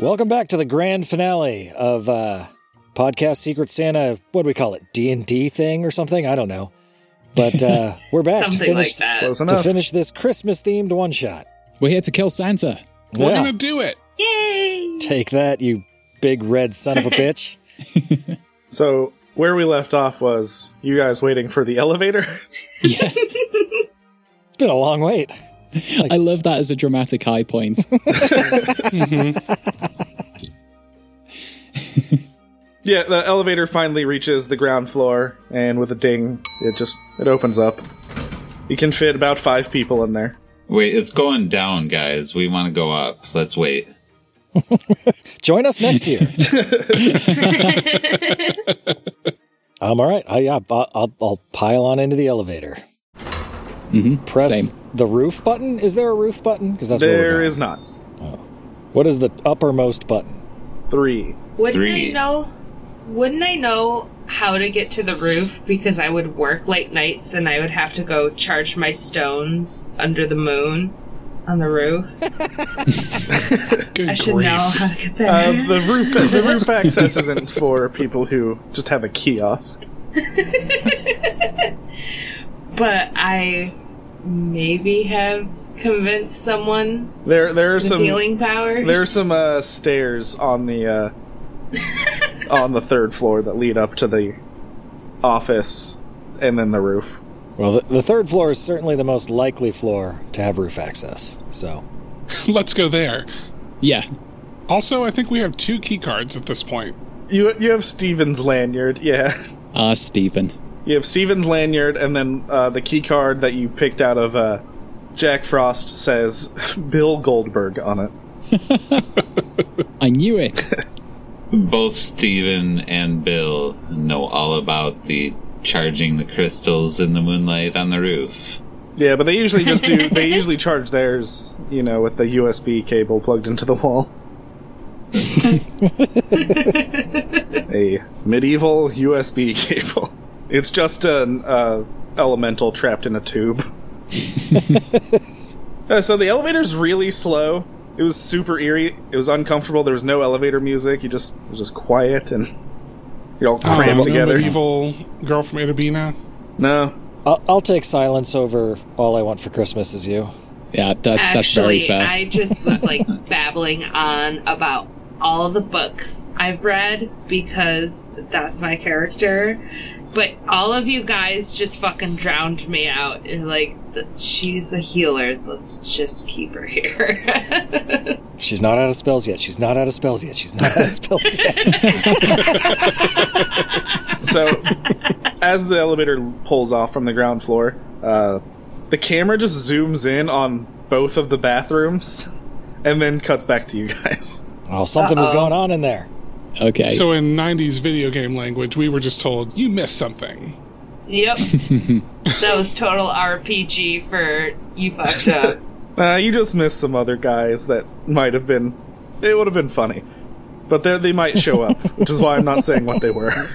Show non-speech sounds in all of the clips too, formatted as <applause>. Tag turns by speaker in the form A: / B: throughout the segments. A: Welcome back to the grand finale of uh, podcast Secret Santa. What do we call it? D and D thing or something? I don't know. But
B: <laughs>
A: uh, we're back to
B: Something like
A: finish
B: that.
C: Close
A: to
C: enough.
A: finish this Christmas themed one shot.
D: We're here to kill Santa.
E: We're
A: Yeah.
E: gonna do it.
B: Yay!
A: Take that, you big red son of
B: <laughs>
A: a bitch.
C: So where we left off was you guys waiting for the <laughs> elevator.
D: Yeah,
A: It's been a long wait.
D: I love that as a dramatic high point.
C: yeah, the elevator finally reaches the ground floor, and with a ding, it just it opens up. You can fit about five people in there.
F: Wait, it's going down, guys. We want to go up. Let's wait.
A: Join us next
C: <laughs>
A: year. <laughs> um, all right. I, yeah, bu- I'll, I'll pile on into the elevator.
C: Mm-hmm.
D: Mhm,
A: Press
D: Same.
A: the roof button. Is there a roof button? Because that's where
C: there
A: we're
C: is not
A: going. What is the uppermost button?
C: three.
B: Wouldn't
F: Three.
B: I know? Wouldn't I know how to get to the roof because I would work late nights and I would have to go charge my stones under the moon on the
A: <laughs>
B: roof.
E: Good
B: I should
E: grief.
B: know how to get
C: Uh,
B: there.
C: the roof
A: <laughs>
C: the roof access isn't for people who just have a kiosk.
B: but I maybe have convinced someone
C: There there are
B: with
C: some
B: healing powers.
C: there are some uh, stairs on the uh, on the third floor that lead up to the office and then the roof.
A: Well, the, the third floor is certainly the most likely floor to have roof access. So,
E: Let's go there.
D: Yeah,
E: Also, I think we have two key cards at this point.
C: You you have Steven's lanyard, yeah.
D: ah, Stephen.
C: You have Steven's lanyard, and then uh, the key card that you picked out of uh, Jack Frost says <laughs> Bill Goldberg on it.
D: I knew it.
F: Both Steven and Bill know all about the charging the crystals in the moonlight on the roof.
C: Yeah, but they usually just do. they usually charge theirs, you know, with the USB cable plugged into the wall. a medieval USB cable. It's just an uh, elemental trapped in a tube. Uh, so the elevator's really slow. It was super eerie. It was uncomfortable. There was no elevator music. You just it was just quiet and you're all
E: Oh,
C: crammed
E: no
C: Ah, together.
E: Medieval girl from Adabina.
C: No,
A: I'll, I'll take silence over all I want for Christmas is you.
D: Yeah, that's that's very
B: Actually,
D: fair.
B: I just was like <laughs> babbling on about all the books I've read because that's my character. But all of you guys just fucking drowned me out. And like, th- she's a healer. Let's just keep her here. <laughs>
A: She's not out of spells yet. She's not out of spells yet. She's not out of spells yet.
C: So, as the elevator pulls off from the ground floor, uh, the camera just zooms in on both of the bathrooms <laughs> and then cuts back to you guys.
A: Oh, something was
B: Uh-oh.
A: going on in there.
D: okay.
E: So in '90s video game language, we were just told you missed something.
D: <laughs>
B: yep. that was total RPG for you fucked up.
C: Uh, you just missed some other guys that might have been. It would have been funny. But they- they might show up, which is why I'm not saying what they were.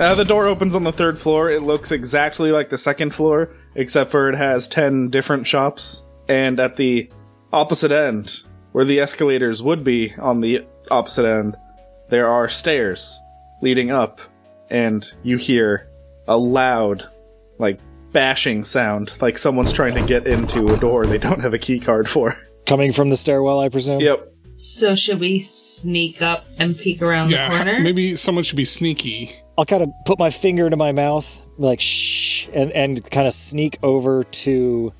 C: Uh, the door opens on the third floor. It looks exactly like the second floor, except for it has 10 different shops. And at the opposite end, where the escalators would be on the opposite end, there are stairs leading up. And you hear a loud, like, bashing sound, like someone's trying to get into a door they don't have a key card for. <laughs>
A: Coming from the stairwell, I presume?
C: Yep.
B: so, should we sneak up and peek around
E: yeah,
B: the corner?
E: maybe someone should be sneaky.
A: I'll kind of put my finger into my mouth, like shh, and and kind of sneak over to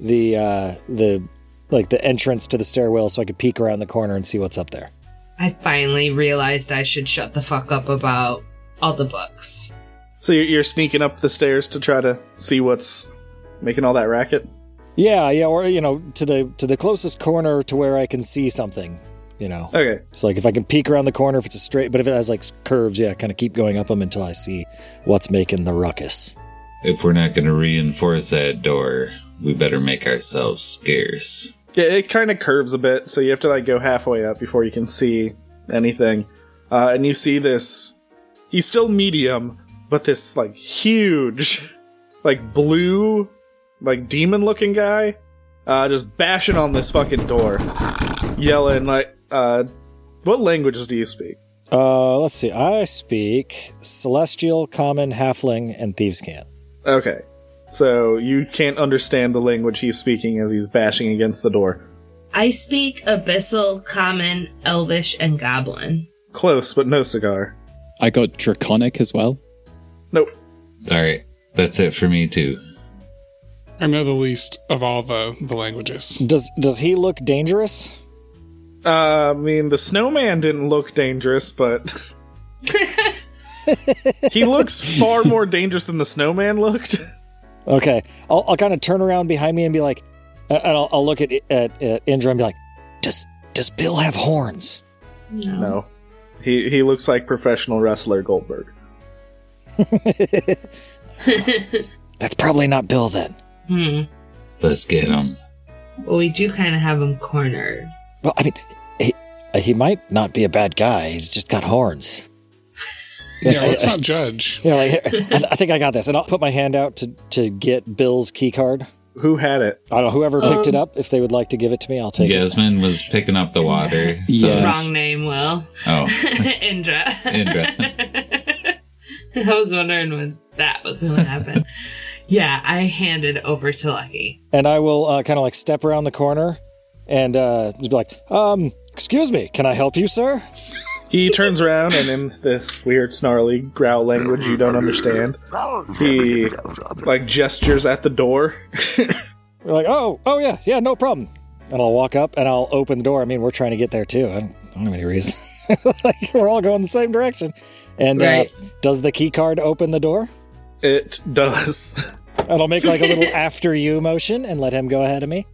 A: the uh, the like the entrance to the stairwell, so I could peek around the corner and see what's up there.
B: I finally realized I should shut the fuck up about all the books.
C: So you're, you're sneaking up the stairs to try to see what's making all that racket.
A: Yeah, yeah, or you know, to the to the closest corner to where I can see something. You know,
C: Okay.
A: so like if I can peek around the corner, if it's a straight, but if it has like curves, yeah, kind of keep going up them until I see what's making the ruckus.
F: If we're not going to reinforce that door, we better make ourselves scarce.
C: Yeah, it kind of curves a bit, so you have to like go halfway up before you can see anything. Uh, and you see this. He's still medium, but this <laughs> like huge, like blue, like demon-looking guy uh, just bashing on this fucking door, yelling like, uh, "What languages do you speak?"
A: Uh, let's see. I speak Celestial, Common, Halfling, and Thieves Cant.
C: Okay, so you can't understand the language he's speaking as he's bashing against the door.
B: I speak Abyssal, Common, Elvish, and Goblin.
C: Close, but no cigar.
D: I got draconic as well.
C: Nope.
F: All right, that's it for me too.
E: I know the least of all the, the languages.
A: <laughs> Does does he look dangerous?
C: Uh, I mean, the snowman didn't look dangerous, but he looks far more dangerous than the snowman looked. <laughs>
A: Okay, I'll, I'll kind of turn around behind me and be like, and I'll, I'll look at at, at Indra and be like, does does Bill have horns?
B: Oh.
C: No, he he looks like professional wrestler Goldberg.
A: That's probably not Bill then.
B: Hmm.
F: Let's get him.
B: Well, we do kind of have him cornered.
A: Well, I mean, he he might not be a bad guy. He's just got horns.
E: Yeah, let's not judge.
A: You know, like, here, I, I think I got this, and I'll put my hand out to to get Bill's key card.
C: Who had it?
A: I don't know whoever picked it up. If they would like to give it to me, I'll take it.
F: Yasmin was picking up the water. So.
D: Yeah.
B: Wrong name, Will. <laughs>
E: <laughs>
F: Oh,
B: Indra.
F: Indra.
B: <laughs> I was wondering when that was going to happen. yeah, I handed over to Lucky.
A: and I will uh, kind of like step around the corner and uh, just be like, um, excuse me, can I help you, sir?
C: He turns around and in this weird snarly growl language you don't understand, he like gestures at the door.
A: We're like, oh, oh yeah, yeah, no problem. And I'll walk up and I'll open the door. I mean, we're trying to get there too. I don't, I don't have any reason. <laughs> like, we're all going the same direction. And
B: Right.
A: uh, does the key card open the door?
C: It does.
A: And I'll make like a little after you motion and let him go ahead of me.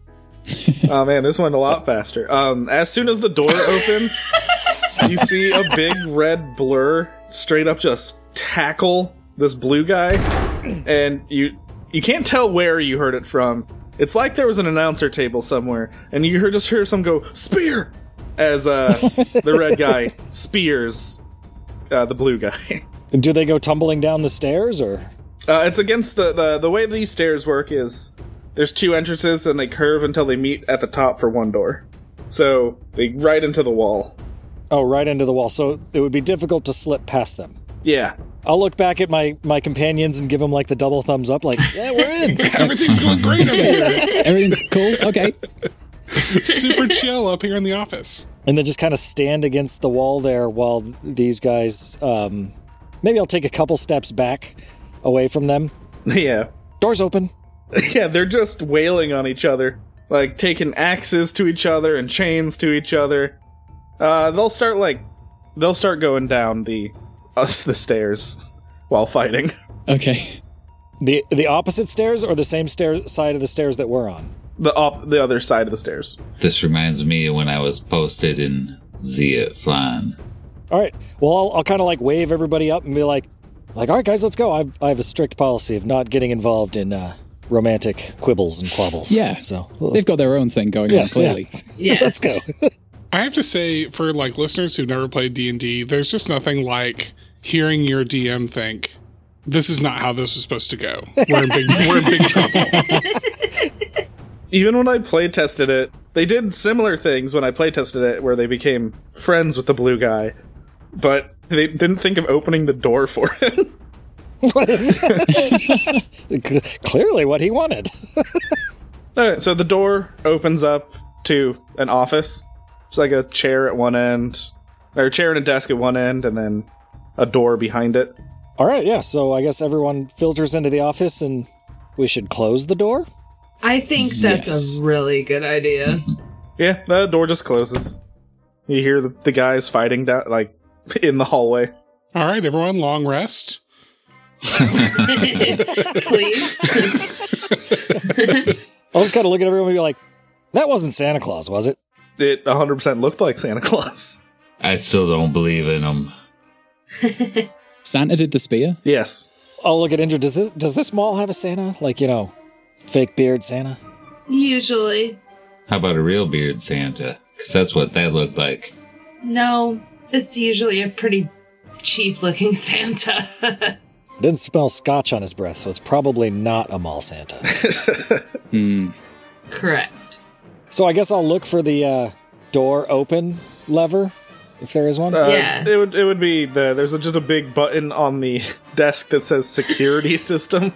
C: <laughs> Oh man, this went a lot faster. Um, as soon as the door opens, you see a big red blur straight up just tackle this blue guy, and you you can't tell where you heard it from. It's like there was an announcer table somewhere, and you hear, just hear some go spear as uh, the red guy spears uh, the blue guy.
A: Do they go tumbling down the stairs or?
C: Uh, it's against the, the the way these stairs work is there's two entrances and they curve until they meet at the top for one door. So they right into the wall.
A: Oh, right into the wall. So it would be difficult to slip past them.
C: <laughs> Yeah.
A: I'll look back at my my companions and give them like the double thumbs up, like, yeah, we're in.
E: Everything's going great up here.
D: Everything's cool. Okay.
E: Super chill up here in the office.
A: and then just kind of stand against the wall there while these guys um maybe i'll take a couple steps back away from them
C: Yeah.
A: doors open
C: Yeah, they're just wailing on each other. Like taking axes to each other and chains to each other. Uh they'll start like they'll start going down the <laughs> uh, the stairs while fighting. <laughs>
D: Okay.
A: the the opposite stairs or the same stair side of the stairs that we're on
C: The op- the other side of the stairs.
F: <laughs> this reminds me of when I was posted in Zia Flan.
A: all right well i'll, I'll kind of like wave everybody up and be like like all right guys let's go I've, i have a strict policy of not getting involved in uh romantic quibbles and quabbles
D: Yeah.
A: so
D: They've got their own thing going
A: Yes,
D: on,
A: yeah.
D: clearly.
B: Yes.
A: let's go
E: I have to say, for like listeners who've never played D anD D, there's just nothing like hearing your DM think, "This is not how this was supposed to go. We're in big, we're in big trouble." <laughs>
C: even when I play tested it, they did similar things when I play tested it, where they became friends with the blue guy, but they didn't think of opening the door for <laughs> him.
A: <laughs> clearly what he wanted
C: All right, so the door opens up to an office. It's like a chair at one end, or a chair and a desk at one end, and then a door behind it.
A: all right yeah so i guess everyone filters into the office and we should close the door
B: I think that's
D: Yes.
B: a really good idea.
C: Yeah, the door just closes. You hear the, the guys fighting down, like <laughs> in the hallway.
E: All right, everyone, long rest.
B: Please.
A: I'll just kind of look at everyone and be like, that wasn't Santa Claus, was it?
C: It 100% looked like Santa Claus. <laughs>
F: I still don't believe in him.
D: Santa did the spear.
C: Yes.
A: I'll look at Indra. Does this does this mall have a Santa? Like, you know, fake beard Santa?
B: Usually.
F: How about a real beard Santa? Because that's what that looked like.
B: No, it's usually a pretty cheap looking Santa. <laughs>
A: Didn't smell scotch on his breath, so it's probably not a mall Santa.
B: Correct.
A: So I guess I'll look for the uh, door open lever if there is one.
C: Uh,
B: Yeah.
C: It would it would be the there's a, just a big button on the <laughs> desk that says security <laughs> system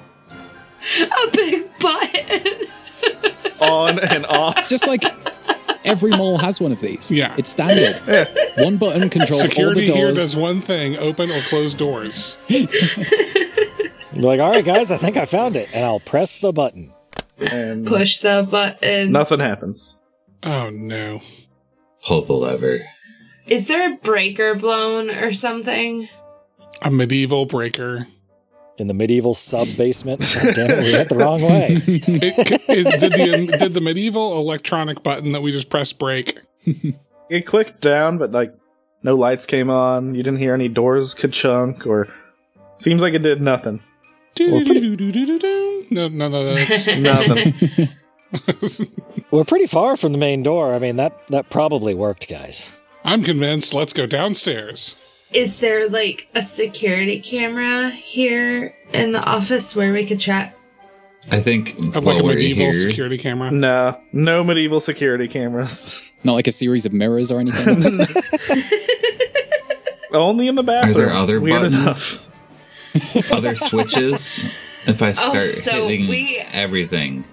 B: A big button.
C: on and off.
D: Just like every mall has one of these.
E: Yeah.
D: It's standard. One button controls
E: Security
D: all the
E: here
D: doors.
E: does one thing open or close doors.
A: Be like, all right, guys, I think I found it, and I'll press the button.
C: And
B: Push the button.
C: Nothing happens.
E: Oh no.
F: Pull the lever.
B: Is there a breaker blown or something?
E: A medieval breaker.
A: In the medieval sub basement. <laughs> God damn it, we went the wrong way.
E: It, <laughs> is, did, the, um, did the medieval electronic button that we just pressed break?
C: It clicked down, but like no lights came on. You didn't hear any doors ka-chunk or seems like it did nothing.
E: Do-do-do-do-do-do-do. No, no, no,
C: <laughs>
E: that's
C: Nothing.
B: <laughs>
A: We're pretty far from the main door. I mean, that that probably worked, guys.
E: I'm convinced. Let's go downstairs.
B: Is there like a security camera here in the office where we could check?
F: I think
E: Of
F: while
E: like a
F: we're
E: medieval
F: here,
E: security camera.
C: no, no medieval security cameras.
D: Not like a series of mirrors or anything.
C: Only in the bathroom.
F: there other
C: Weird
F: buttons?
C: enough.
F: <laughs> other switches. If
B: <laughs>
F: I start
B: Oh, so
F: hitting
B: we-
F: everything,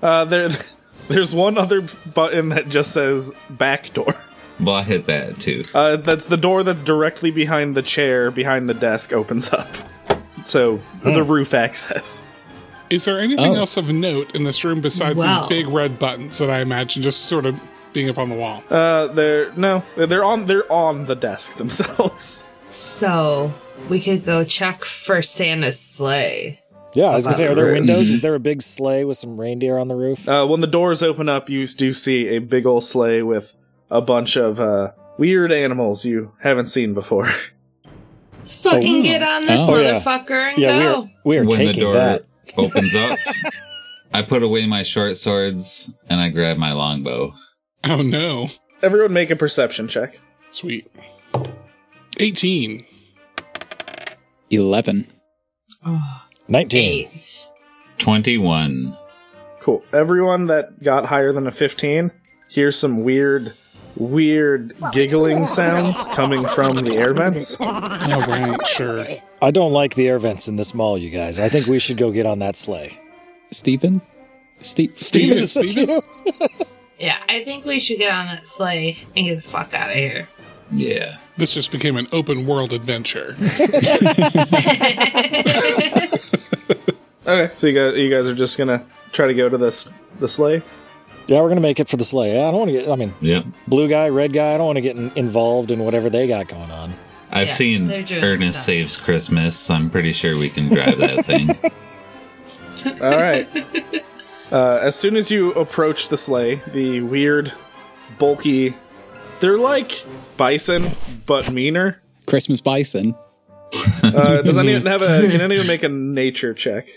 C: Uh, there, <laughs> there's one other button that just says back door.
F: well, I hit that too.
C: Uh, that's the door that's directly behind the chair, behind the desk, opens up. So the roof access.
E: Is there anything
D: Oh.
E: else of note in this room besides
B: Wow.
E: these big red buttons that I imagine just sort of being up on the wall?
C: Uh, they're no, they're on they're on the desk <laughs> themselves.
B: So we could go check for Santa's sleigh.
A: Yeah, I was gonna say, are there
F: Elaborate.
A: windows? Is there a big sleigh with some reindeer on the roof?
C: Uh, when the doors open up, you do see a big old sleigh with a bunch of uh, weird animals you haven't seen before. <laughs>
B: Let's fucking get on this
D: Oh,
A: yeah.
B: motherfucker and
A: yeah, we
B: go.
A: are we are
F: when the
A: taking
F: door
A: that.
F: <laughs> opens
E: <laughs>
F: up, I put away my short swords and I grab my longbow.
E: Oh no.
C: Everyone, make a perception check.
E: Sweet. 18.
D: 11.
A: Nineteen.
B: Eight.
F: Twenty-one.
C: Cool. Everyone that got higher than a fifteen hears some weird, weird giggling sounds coming from the air vents.
E: All right, sure.
A: I don't like the air vents in this mall, you guys. I think we should go get on that sleigh.
D: Stephen? Ste-
E: Steven,
D: Stephen?
A: Is that
E: Steven?
A: you?
B: Yeah, I think we should get on that sleigh and get the fuck out of here.
F: Yeah.
E: This just became an open world adventure.
C: Okay, so you guys, you guys are just gonna try to go to this the sleigh.
A: Yeah, we're gonna make it for the sleigh. Yeah, I don't want to get. I mean,
F: Yep.
A: blue guy, red guy. I don't want to get in- involved in whatever they got going on.
F: I've
B: Yeah,
F: seen
B: they're doing
F: Ernest
B: stuff.
F: Saves Christmas. So I'm pretty sure we can drive that
E: <laughs>
F: thing.
C: All right. uh, as soon as you approach the sleigh, the weird, bulky, they're like bison but meaner.
D: Christmas bison.
C: Uh, does anyone have a? Can anyone make a nature check?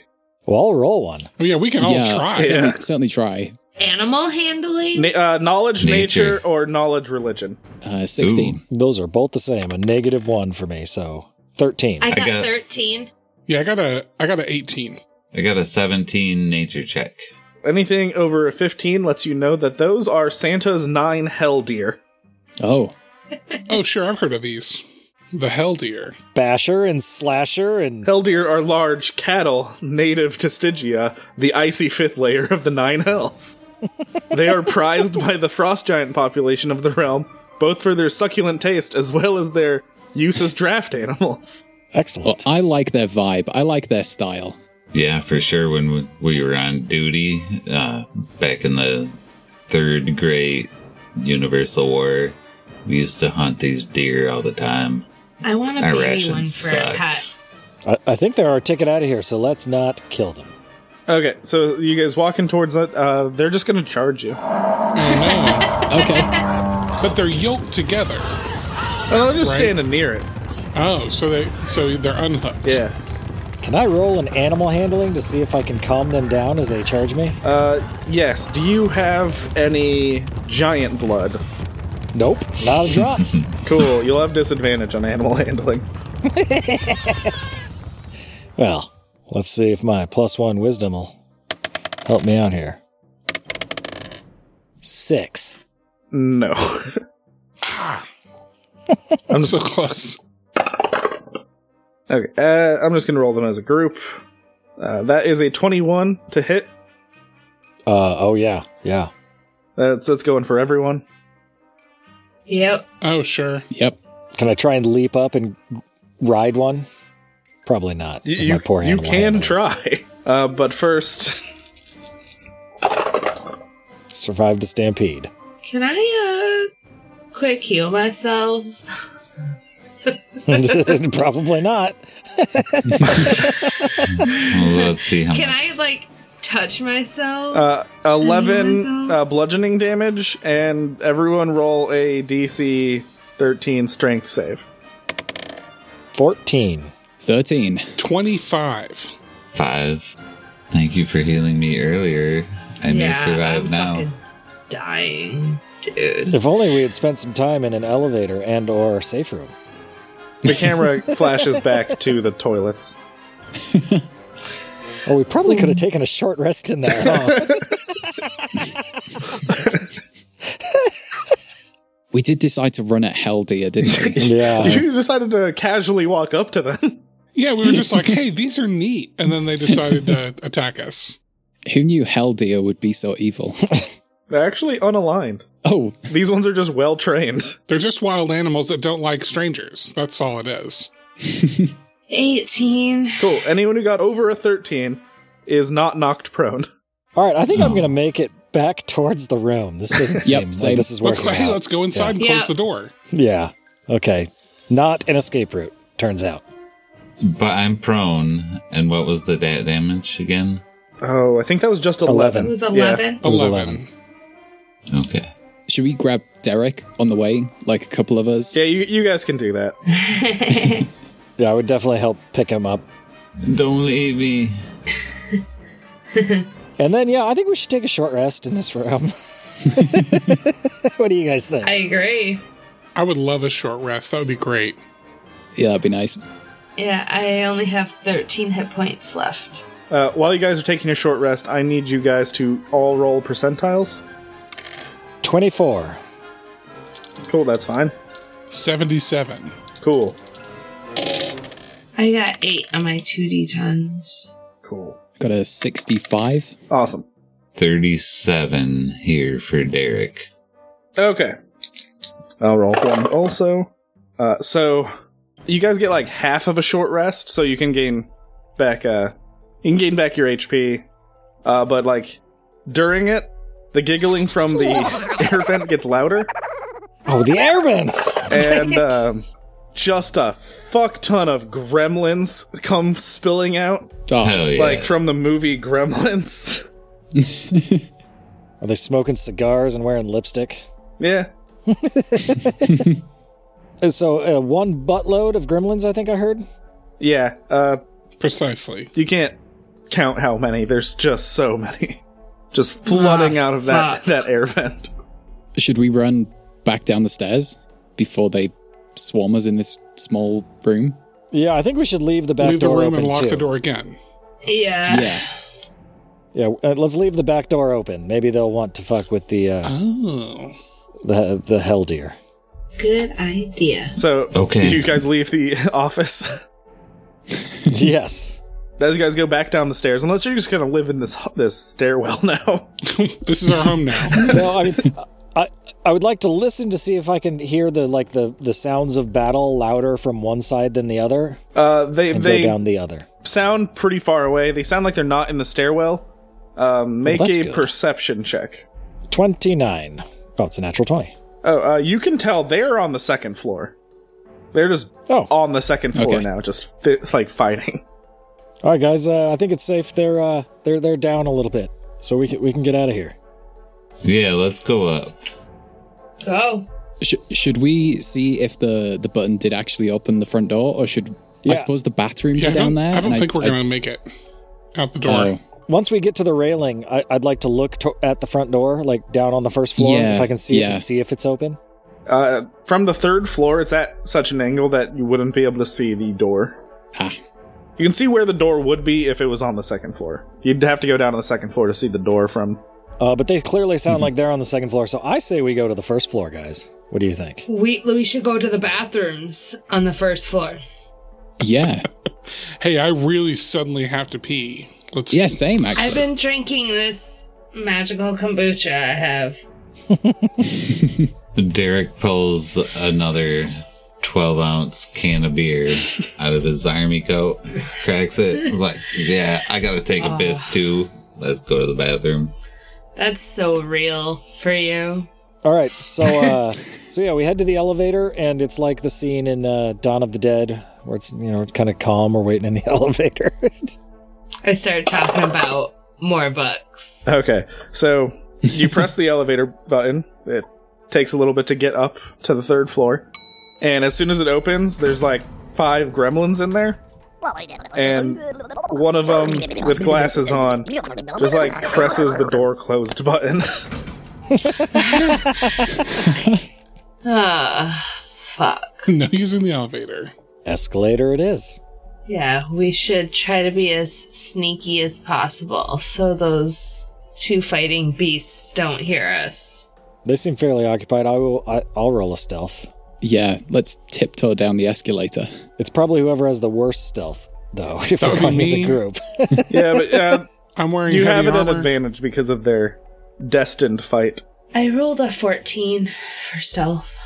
A: Well, I'll roll one.
E: Oh, yeah, we <laughs> can all
D: yeah,
E: try.
D: Certainly,
C: Yeah.
D: certainly try.
B: Animal handling?
C: Na- uh, knowledge, nature.
F: Nature.
C: or knowledge, religion.
D: Uh, 16.
A: Those are both the same. A negative one for me. So thirteen.
B: I got,
F: got-
B: 13.
E: Yeah, I got a I got a 18.
F: I got a 17 nature check.
C: Anything over a fifteen lets you know that those are Santa's nine hell deer.
D: Oh.
E: Oh, sure, I've heard of these. The hell deer.
A: Basher and slasher and
C: Hell deer are large cattle native to Stygia, the icy fifth layer of the Nine Hells. they are prized by the frost giant population of the realm, both for their succulent taste as well as their use as draft animals.
D: Well,
A: excellent.
D: I like their vibe. I like their style.
F: Yeah, for sure. When we- we were on duty uh, back in the third great Universal War, we used to hunt these deer all the time.
B: I want to
F: Our
B: be
F: rations
B: one for a
F: sucked.
B: pet.
A: I, I think they're our ticket out of here. So let's not kill them.
C: Okay, so you guys walking towards that, uh, they're just gonna charge you. Oh,
D: <laughs> Okay.
E: Oh, But they're yoked together.
C: Oh, they're just
E: Right.
C: standing near it.
E: Oh, so they so they're unhooked.
C: Yeah.
A: Can I roll an animal handling to see if I can calm them down as they charge me?
C: Uh, yes, do you have any giant blood?
A: nope, not a drop.
C: Cool, you'll have disadvantage on animal handling.
A: well, let's see if my plus one wisdom will help me out here. Six.
C: No. <laughs>
E: I'm so close.
C: okay. Uh, I'm just gonna roll them as a group. Uh, that is a 21 to hit.
A: Uh, oh yeah, yeah.
C: That's that's going for everyone.
B: Yep.
E: Oh, sure.
D: Yep.
A: Can I try and leap up and ride one? Probably not.
C: You
A: with
C: you,
A: my poor
C: you
A: animal
C: can
A: handling.
C: try. <laughs> Uh, but first,
A: survive the stampede. <laughs>
B: Can I uh quick heal myself?
A: Probably not.
F: Well,
B: <laughs>
F: let's see how
B: Can
F: much.
B: I like touch myself?
C: uh,
B: Anyone
C: 11
B: though?
C: uh, bludgeoning damage, and everyone roll a DC 13 strength save.
A: Fourteen.
D: 13.
E: 25.
F: Five. Thank you for healing me earlier. I may survive
B: I'm
F: now.
B: Fucking dying, dude.
A: If only we had spent some time in an elevator and or safe room.
C: The camera flashes back to the toilets.
A: Oh, we probably could have taken a short rest in there. Huh?
D: We did decide to run at hell, dear,
C: <laughs>
D: didn't we?
A: yeah.
C: you decided to casually walk up to them. <laughs>
E: Yeah, we were just like, hey, these are neat. And then they decided to attack us.
D: Who knew hell, dear, would be so evil? <laughs>
C: They're actually unaligned.
D: oh,
C: These ones are just well <laughs> trained.
E: They're just wild animals that don't like strangers. That's all it is.
B: 18.
C: Cool. Anyone who got over a 13 is not knocked prone.
A: All right, I think I'm going to make it back towards the room. This doesn't
D: Yep,
A: seem like
D: same.
A: this is
E: Let's
A: working
E: go, hey,
A: out.
E: let's go inside and close
B: Yeah.
E: the door.
A: Yeah. Okay. Not an escape route, turns out.
F: But I'm prone. And what was the da- damage again?
C: Oh, I think that was just 11.
B: It was
C: Yeah.
B: 11.
A: was
E: 11.
F: Okay.
D: should we grab Derek on the way? Like a couple of us?
C: Yeah, you, you guys can do that.
A: Yeah, I would definitely help pick him up.
F: Don't leave me.
A: And then, yeah, I think we should take a short rest in this room. <laughs> what do you guys think?
B: I agree.
E: I would love a short rest. That would be great.
D: Yeah, that'd be nice.
B: Yeah, I only have 13 hit points left.
C: Uh, while you guys are taking a short rest, I need you guys to all roll percentiles.
A: 24.
C: Cool, that's fine.
E: 77.
C: Cool.
B: I got 8 on my 2d10s.
C: Cool.
D: Got a 65.
C: Awesome.
F: 37 here for Derek.
C: Okay. I'll roll one also. Uh, so you guys get like half of a short rest, so you can gain back uh you can gain back your HP. Uh, but like during it, the giggling
B: <laughs>
C: from the air vent gets louder,
A: Oh, the air vents!
C: and um, just a fuck ton of gremlins come spilling out,
D: Oh,
F: Hell yeah.
C: like from the movie Gremlins. <laughs>
A: Are they smoking cigars and wearing lipstick?
C: yeah,
A: Uh, So, uh, one buttload of gremlins, I think I heard.
C: yeah. Uh,
E: Precisely.
C: you can't count how many. There's just so many, <laughs> just flooding
B: Ah,
C: out of that
B: fuck.
C: that air vent.
D: Should we run back down the stairs before they swarm us in this small room?
A: Yeah, I think we should leave the back
E: leave the
A: door
E: room
A: open
E: and lock
A: too.
E: the door again.
B: Yeah.
D: Yeah.
A: Yeah, uh, let's leave the back door open. Maybe they'll want to fuck with the uh,
E: Oh.
A: the the hell deer.
B: Good idea.
C: So
F: Okay.
C: you guys leave the <laughs> office.
A: yes.
C: As you guys go back down the stairs, unless you're just gonna live in this this stairwell <laughs> now.
E: <laughs> this is our home now.
A: No, I mean, I I would like to listen to see if I can hear the like the the sounds of battle louder from one side than the other,
C: Uh, they
A: and
C: they
A: go down the other.
C: sound pretty far away. They sound like they're not in the stairwell. Um, make
A: that's
C: a
A: good.
C: perception check.
A: Twenty nine. Oh, it's a natural twenty.
C: Oh, uh, you can tell they're on the second floor. They're just
A: Oh, all
C: on the second floor
D: Okay.
C: now, just fi- like fighting.
A: right, guys. Uh, I think it's safe. They're uh, they're they're down a little bit, so we can we can get out of here.
F: Yeah, let's go up.
B: Go.
D: Sh- should we see if the, the button did actually open the front door, or should
A: Yeah.
D: I suppose the bathrooms
E: Yeah,
D: are
E: I don't,
D: down there?
E: I don't
D: and
E: think we're
D: I-
E: going to make it out the door.
D: Oh.
A: Once we get to the railing, I, I'd like to look to, at the front door, like down on the first floor,
D: Yeah,
A: if I can see it
D: yeah.
A: and see if it's open.
C: Uh, from the third floor, it's at such an angle that you wouldn't be able to see the door.
D: Ah.
C: You can see where the door would be if it was on the second floor. You'd have to go down to the second floor to see the door from
A: Uh, but they clearly
D: Mm-hmm.
A: sound like they're on the second floor, so I say we go to the first floor, guys. What do you think?
B: We we should go to the bathrooms on the first floor.
D: Yeah.
E: Hey, I really suddenly have to pee. Let's
D: Yeah, same actually.
B: I've been drinking this magical kombucha I have.
F: Derek pulls another 12 ounce can
B: <laughs>
F: of beer out of his army coat, cracks it. He's like, yeah, I gotta take
B: Ah.
F: a piss too. Let's go to the bathroom.
B: That's so real for you.
A: All right, so uh,
D: <laughs>
A: so yeah, we head to the elevator, and it's like the scene in uh, Dawn of the Dead where it's you know kind of calm. We're waiting in the <laughs> elevator.
B: I started talking about more books.
C: Okay, so you press the elevator button. It takes a little bit to get up to the third floor, and as soon as it opens, there's like five gremlins in there, and one <laughs> of them with glasses on just like <laughs> presses the door closed button.
B: Ah, fuck.
E: <laughs> no using the elevator.
A: Escalator, it is.
B: Yeah, we should try to be as sneaky as possible so those two fighting beasts don't hear us.
A: They seem fairly occupied. I will. I, I'll roll a stealth.
D: yeah, let's tiptoe down the escalator.
A: It's probably whoever has the worst stealth, though. <laughs> If
E: That
A: we're
E: would be
A: going as a
E: me.
A: group, <laughs>
C: yeah, but uh,
E: I'm wearing
C: you have
E: heavy
C: it at
E: armor.
C: advantage because of their destined fight.
B: I rolled a 14 for stealth.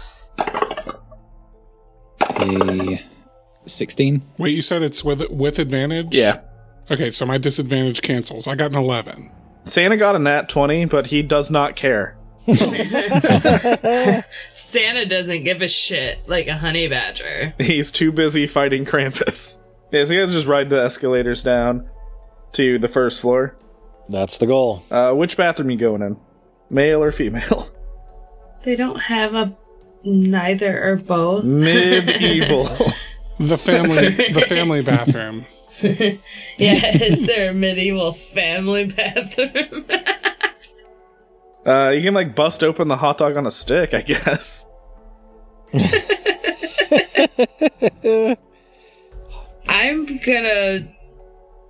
D: A 16.
E: Wait, you said it's with with advantage? Okay, so my disadvantage cancels. I got an eleven.
C: Santa got a nat twenty, but he does not care. <laughs>
B: Santa doesn't give a shit like a honey badger.
C: He's too busy fighting Krampus. Yeah, so you guys just ride the escalators down to the first floor.
A: that's the goal.
C: Uh, which bathroom you going in? Male or female? <laughs>
B: They don't have a neither or both.
C: Mm. Medieval.
E: The family the
C: <laughs>
E: family bathroom.
B: Yeah, is there a medieval family bathroom? <laughs>
C: uh, you can like bust open the hot dog on a stick, I guess.
B: I'm gonna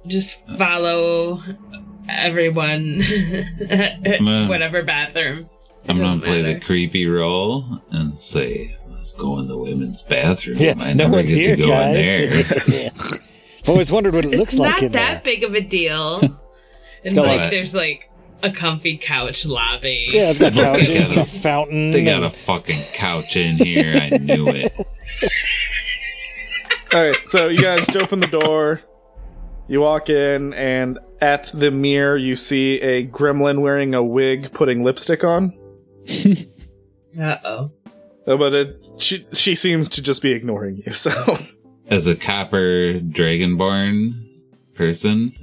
B: just follow everyone, <laughs> Eh, whatever bathroom.
F: I'm gonna
B: Doesn't
F: play
B: matter.
F: the creepy role and say, let's go in the women's bathroom.
A: Yeah,
F: I
A: no
F: never
A: one's
F: get
A: here,
F: to go in
A: <laughs> guys.
F: there.
A: I've always wondered what it looks
B: it's
A: like
B: not
A: in there.
B: that big of
A: <laughs>
B: a deal. and
A: got,
B: like,
F: like-
B: there's like a comfy couch lobby.
A: Yeah, it's got couches
F: <laughs>
A: and
F: They got
A: a
F: a-
A: fountain.
F: They got
A: and-
F: a fucking couch in here. I knew it.
C: All right, so you guys open the door. You walk in, and at the mirror, you see a gremlin wearing a wig putting lipstick on.
B: Uh oh.
C: Uh, But it, she she seems to just be ignoring you. <laughs> So
F: As a copper dragonborn person,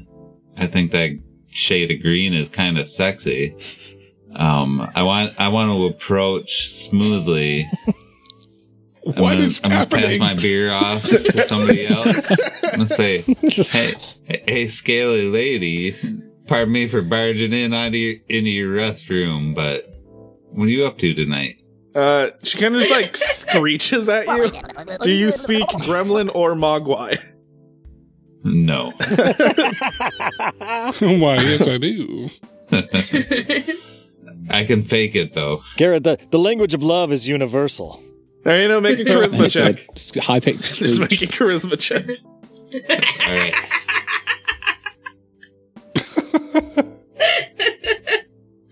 F: I think that shade of green is kind of sexy. Um, I want I want to approach
E: <laughs>
F: smoothly. I'm
E: What
F: gonna,
E: is
F: I'm gonna pass
E: happening? <laughs>
F: my beer off to somebody else. I'm gonna say, "Hey, hey, scaly lady, pardon me for barging in onto your, into your restroom, but what are you up to tonight?"
C: uh, she kind of just like screeches at you. Do you speak gremlin or mogwai? <laughs>
F: No.
E: Why? Yes, I do.
F: I can fake it though.
A: Garrett, the, the language of love is universal.
C: There you know, make a charisma
D: It's
C: check.
D: a high pitched
E: <laughs>
C: Just
D: screech.
C: make a charisma check.
F: All right.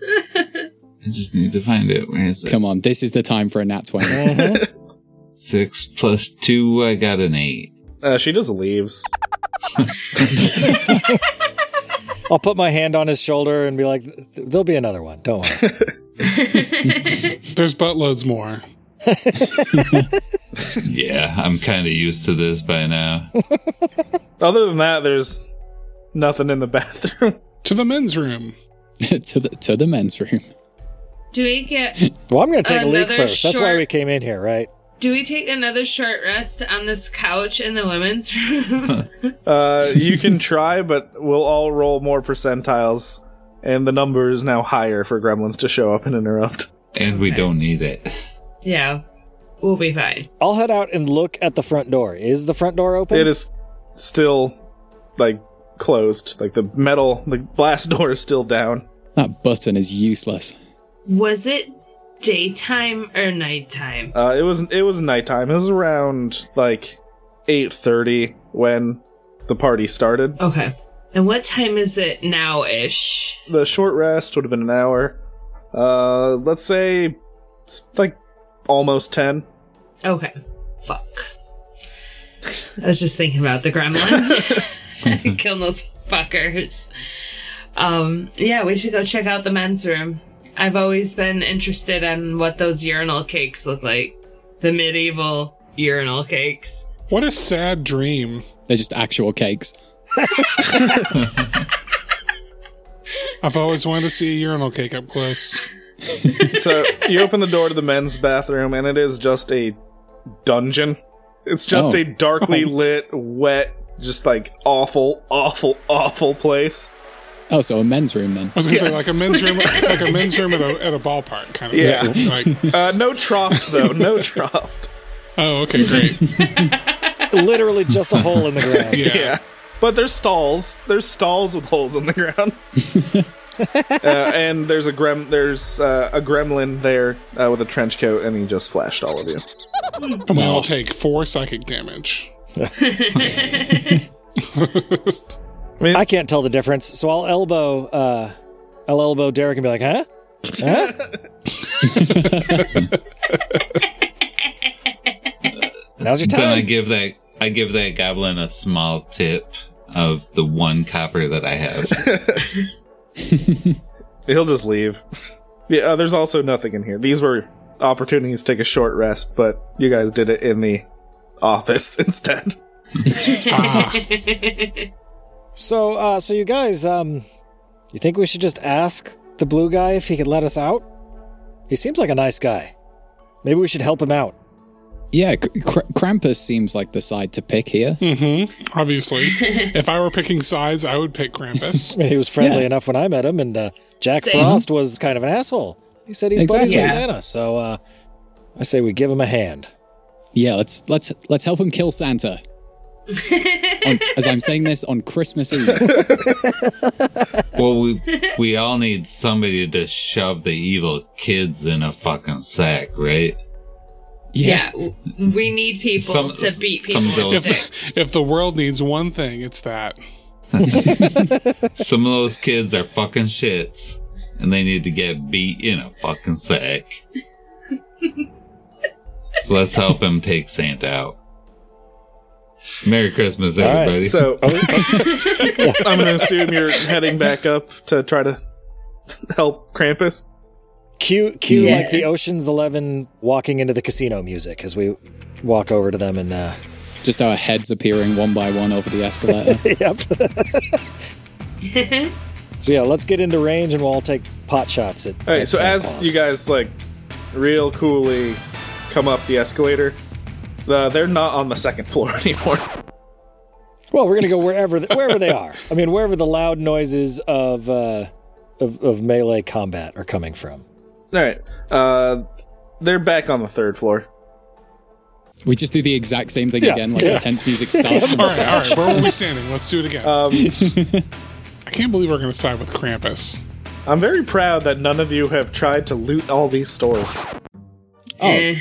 F: I just need to find it. Where is it?
D: Come on, this is the time for a nat
E: <laughs>
D: 20.
F: Six plus two, I got an eight.
C: Uh, she just leaves.
A: I'll put my hand on his shoulder and be like, there'll be another one. Don't
F: <laughs>
A: worry.
E: There's buttloads more.
F: Yeah, I'm kind of used to this by now.
C: Other than that, there's nothing in the <laughs> bathroom.
E: To the men's room.
D: <laughs> to, the, to the men's room.
B: Do we get?
A: Well, I'm going to take a leak
B: Another
A: first. That's why
B: short-
A: we came in here, right?
B: Do we take another short rest on this couch in the women's <laughs>
A: <laughs>
B: room?
C: Uh, you can <laughs> try, but we'll all roll more percentiles, and the number is now higher for gremlins to show up and interrupt.
F: And we don't need it.
B: yeah, we'll be fine.
A: I'll head out and look at the front door. Is the front door open?
C: It is <laughs> still like closed. Like the metal, the blast door is still down.
D: That button is useless.
B: Was it daytime or nighttime?
C: Uh, it was it was nighttime. It was around like eight thirty when the party started.
B: Okay. And what time is it now ish?
C: The short rest would have been an hour. Uh, let's say it's like almost ten.
B: Okay. Fuck. I was just thinking about the gremlins. <laughs>
F: <laughs>
B: Killing those fuckers. Um, yeah, we should go check out the men's room. I've always been interested in what those urinal cakes look like. The medieval urinal cakes.
E: What a sad dream.
D: They're just actual cakes.
E: I've always wanted to see a urinal cake up close.
C: So you open the door to the men's bathroom, and it is just a dungeon. It's just
D: Oh.
C: a darkly lit, wet, just like awful, awful, awful place.
D: Oh, so a men's room then.
E: I was gonna say
C: Yes.
E: like a men's room, like a men's room at a, at a ballpark kind of.
C: Yeah.
E: thing. Like,
C: Uh, no trough though, no trough.
E: oh, okay, great.
A: Literally just a hole
F: <laughs>
A: in the ground.
E: Yeah.
C: <laughs> Yeah. But there's stalls. There's stalls with holes in the ground. uh, and there's a grem there's uh, a gremlin there uh, with a trench coat and he just flashed all of you.
E: And we all take four psychic
C: <laughs>
E: damage.
A: I can't tell the difference, so I'll elbow. Uh, I'll elbow Derek and be like, "Huh? Huh? Now's your
F: Then I
A: time."
F: give that I give that goblin a small tip of the one copper that I have.
C: He'll just leave. Yeah, uh, there's also nothing in here. These were opportunities to take a short rest, but you guys did it in the office <laughs> instead.
E: Ah,
A: So, uh, so you guys, um, you think we should just ask the blue guy if he could let us out? He seems like a nice guy. Maybe we should help him out.
D: Yeah, K- Kr- Krampus seems like the side to pick here.
E: mm-hmm. Obviously, if I were picking sides, I would pick
C: <laughs>
E: Krampus.
A: I mean, he was friendly
D: Yeah.
A: enough when I met him, and uh, Jack
B: Same.
A: Frost was kind of an asshole. He said he's buddies with
D: Exactly.
A: Santa, so uh, I say we give him a hand.
D: Yeah, let's let's let's help him kill Santa. On- as I'm saying this on Christmas Eve.
F: well, we we all need somebody to shove the evil kids in a fucking sack, right?
B: yeah. w- we need people
F: Some-
B: to beat
F: some
B: people with
F: build-
B: sticks.
F: <laughs>
E: If the world needs one thing, it's that.
F: Some of those kids are fucking shits, and they need to get beat in a fucking sack. so let's help him take Santa out. Merry Christmas,
A: right,
F: everybody.
C: So I'm gonna assume you're heading back up to try to help Krampus.
A: Cue, cue
B: Yeah.
A: like the Ocean's Eleven walking into the casino music as we walk over to them and uh,
D: Just our heads appearing one by one over the escalator.
A: yep. so yeah, let's get into range and we'll all take pot shots at.
C: All right,
A: at
C: so
A: Santa
C: as
A: Claus.
C: you guys like real coolly come up the escalator, uh, they're not on the second floor <laughs> anymore.
A: well, we're gonna go wherever th- wherever they are. I mean, wherever the loud noises of uh, of, of melee combat are coming from.
C: All right, uh, they're back on the third floor.
D: we just do the exact same thing
A: Yeah,
D: again, like
A: yeah.
D: intense music
E: <laughs>
D: starts.
E: All right, all right. Where were we standing? Let's do it again.
C: Um,
E: I can't believe we're gonna side with Krampus.
C: I'm very proud that none of you have tried to loot all these stores.
D: oh,
F: <laughs>
B: Eh.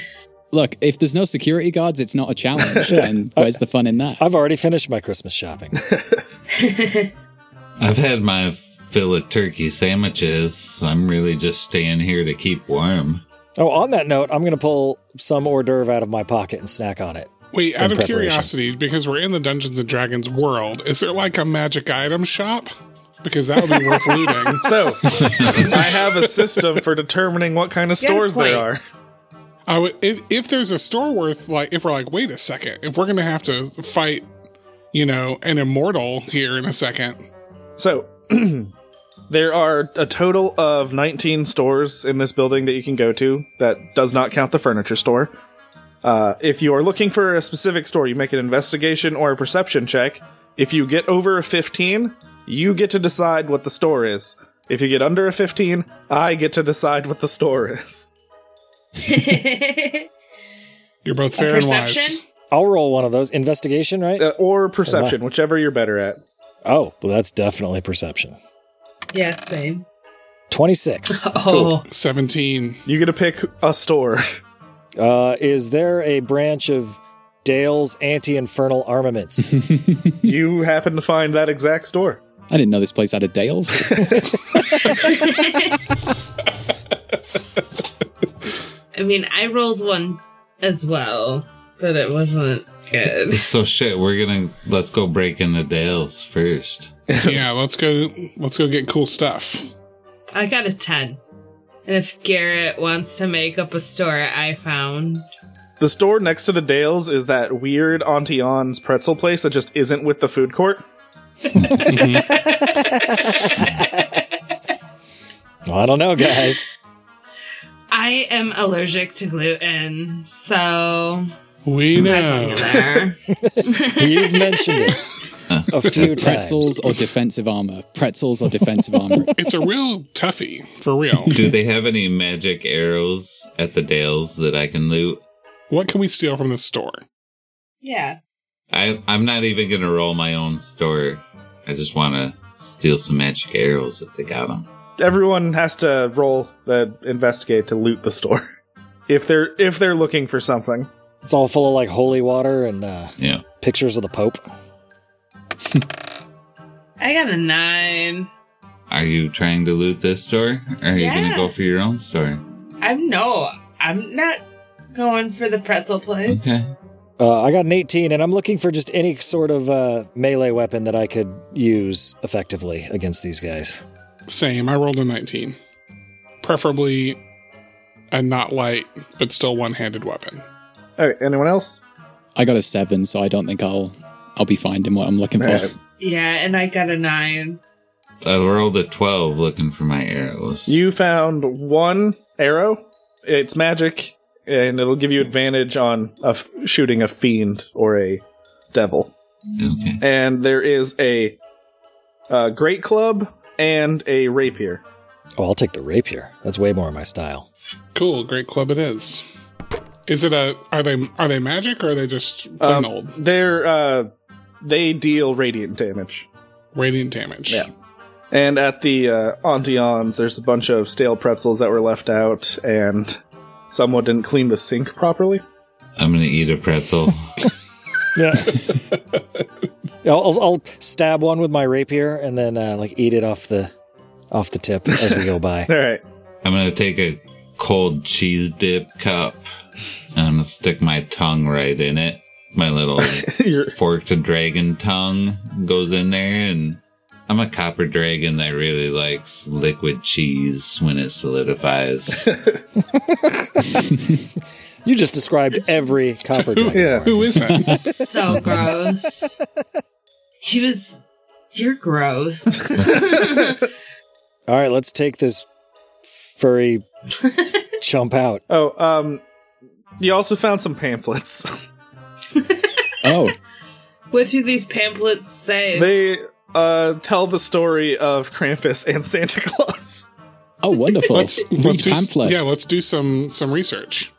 D: look, if there's no security guards, it's not a challenge. And where's the fun in that?
A: I've already finished my Christmas
C: <laughs>
A: shopping.
F: I've had my fill of turkey sandwiches. I'm really just staying here to keep warm.
A: oh, on that note, I'm gonna pull some hors d'oeuvre out of my pocket and snack on it.
E: Wait, out of
A: preparation.
E: curiosity, because we're in the Dungeons and Dragons world, is there like a magic item shop? Because that would be worth looting.
C: So I have a system for determining what kind of
B: Get a
C: stores
B: point.
C: there are.
E: I would if, if there's a store worth like if we're like wait a second if we're gonna have to fight you know an immortal here in a second
C: So <clears throat> there are a total of 19 stores in this building that you can go to. That does not count the furniture store. Uh, if you are looking for a specific store, you make an investigation or a perception check. If you get over a 15, you get to decide what the store is. If you get under a 15, I get to decide what the store is.
E: you're both fair and wise
B: Perception?
A: I'll roll one of those investigation, right?
C: Uh, or perception, whichever you're better at.
A: oh, well, that's definitely perception.
B: Yeah, same.
A: 26.
B: Oh,
E: 17.
C: You get to pick a store. <laughs>
A: Uh, is there a branch of Dale's anti infernal armaments?
C: you happen to find that exact store.
D: I didn't know this place had a
E: <laughs>
D: Dales. <laughs>
B: I mean, I rolled one as well, but it wasn't good.
F: So shit, we're gonna let's go break into Dale's first.
E: <laughs> yeah, let's go. Let's go get cool stuff.
B: I got a 10. And if Garrett wants to make up a store I found,
C: The store next to the Dales is that weird Auntie On's pretzel place that just isn't with the food court.
A: Well, I don't know, guys.
B: I am allergic to gluten,
A: <laughs>
B: so
E: We
B: I'm
E: know.
B: in there.
A: You've mentioned it a few times.
D: Pretzels or defensive armor? Pretzels or defensive armor?
E: It's a real toughie, for real.
F: Do they have any magic arrows at the Dales that I can loot?
E: What can we steal from the store?
B: yeah.
F: I I'm not even gonna roll my own store. I just want to steal some magic arrows if they got them.
C: Everyone has to roll uh, investigate to loot the store. <laughs> If they're if they're looking for something.
A: It's all full of like holy water and uh,
F: Yeah.
A: pictures of the Pope.
B: I got a 9.
F: Are you trying to loot this store, or are you
B: Yeah.
F: gonna go for your own store?
B: I'm no, I'm not going for the pretzel place.
F: Okay.
A: Uh, I got an 18, and I'm looking for just any sort of uh, melee weapon that I could use effectively against these guys.
E: Same. I rolled a 19. Preferably a not light, but still one handed weapon.
C: Alright, anyone else?
D: I got a seven, so I don't think I'll I'll be finding what I'm looking for.
C: Alright.
B: Yeah, and I got a 9.
F: I rolled a twelve looking for my arrows.
C: You found one arrow. It's magic, and it'll give you advantage on a f- shooting a fiend or a devil.
F: okay?
C: And there is a, uh great club and a rapier.
A: Oh, I'll take the rapier. That's way more my style.
E: Cool. Great club it is. Is it a. Are they are they magic or are they just
C: Um,
E: plain old?
C: They're uh, they deal radiant damage.
E: Radiant damage.
C: Yeah. And at the uh, Auntie On's, there's a bunch of stale pretzels that were left out, and someone didn't clean the sink properly. <laughs>
F: I'm gonna eat a pretzel.
A: Yeah. <laughs> I'll, I'll, I'll stab one with my rapier and then uh, like eat it off the off the tip as we go by.
C: All right. <laughs>
F: I'm gonna take a cold cheese dip cup and I'm gonna stick my tongue right in it. My little
C: You're,
F: forked dragon tongue goes in there and I'm a copper dragon that really likes liquid cheese when it solidifies.
A: You just described every copper dragon.
C: yeah.
A: Bard.
E: Who is it?
A: <laughs>
B: So gross. He was. You're gross.
A: <laughs> All right, let's take this furry chump out.
C: oh, um, you also found some pamphlets. <laughs>
D: Oh,
B: what do these pamphlets say?
C: they uh, tell the story of Krampus and Santa <laughs> Claus.
D: oh, wonderful!
E: let's,
D: Read
E: let's do, s-
D: pamphlet.
E: yeah, let's do some some research.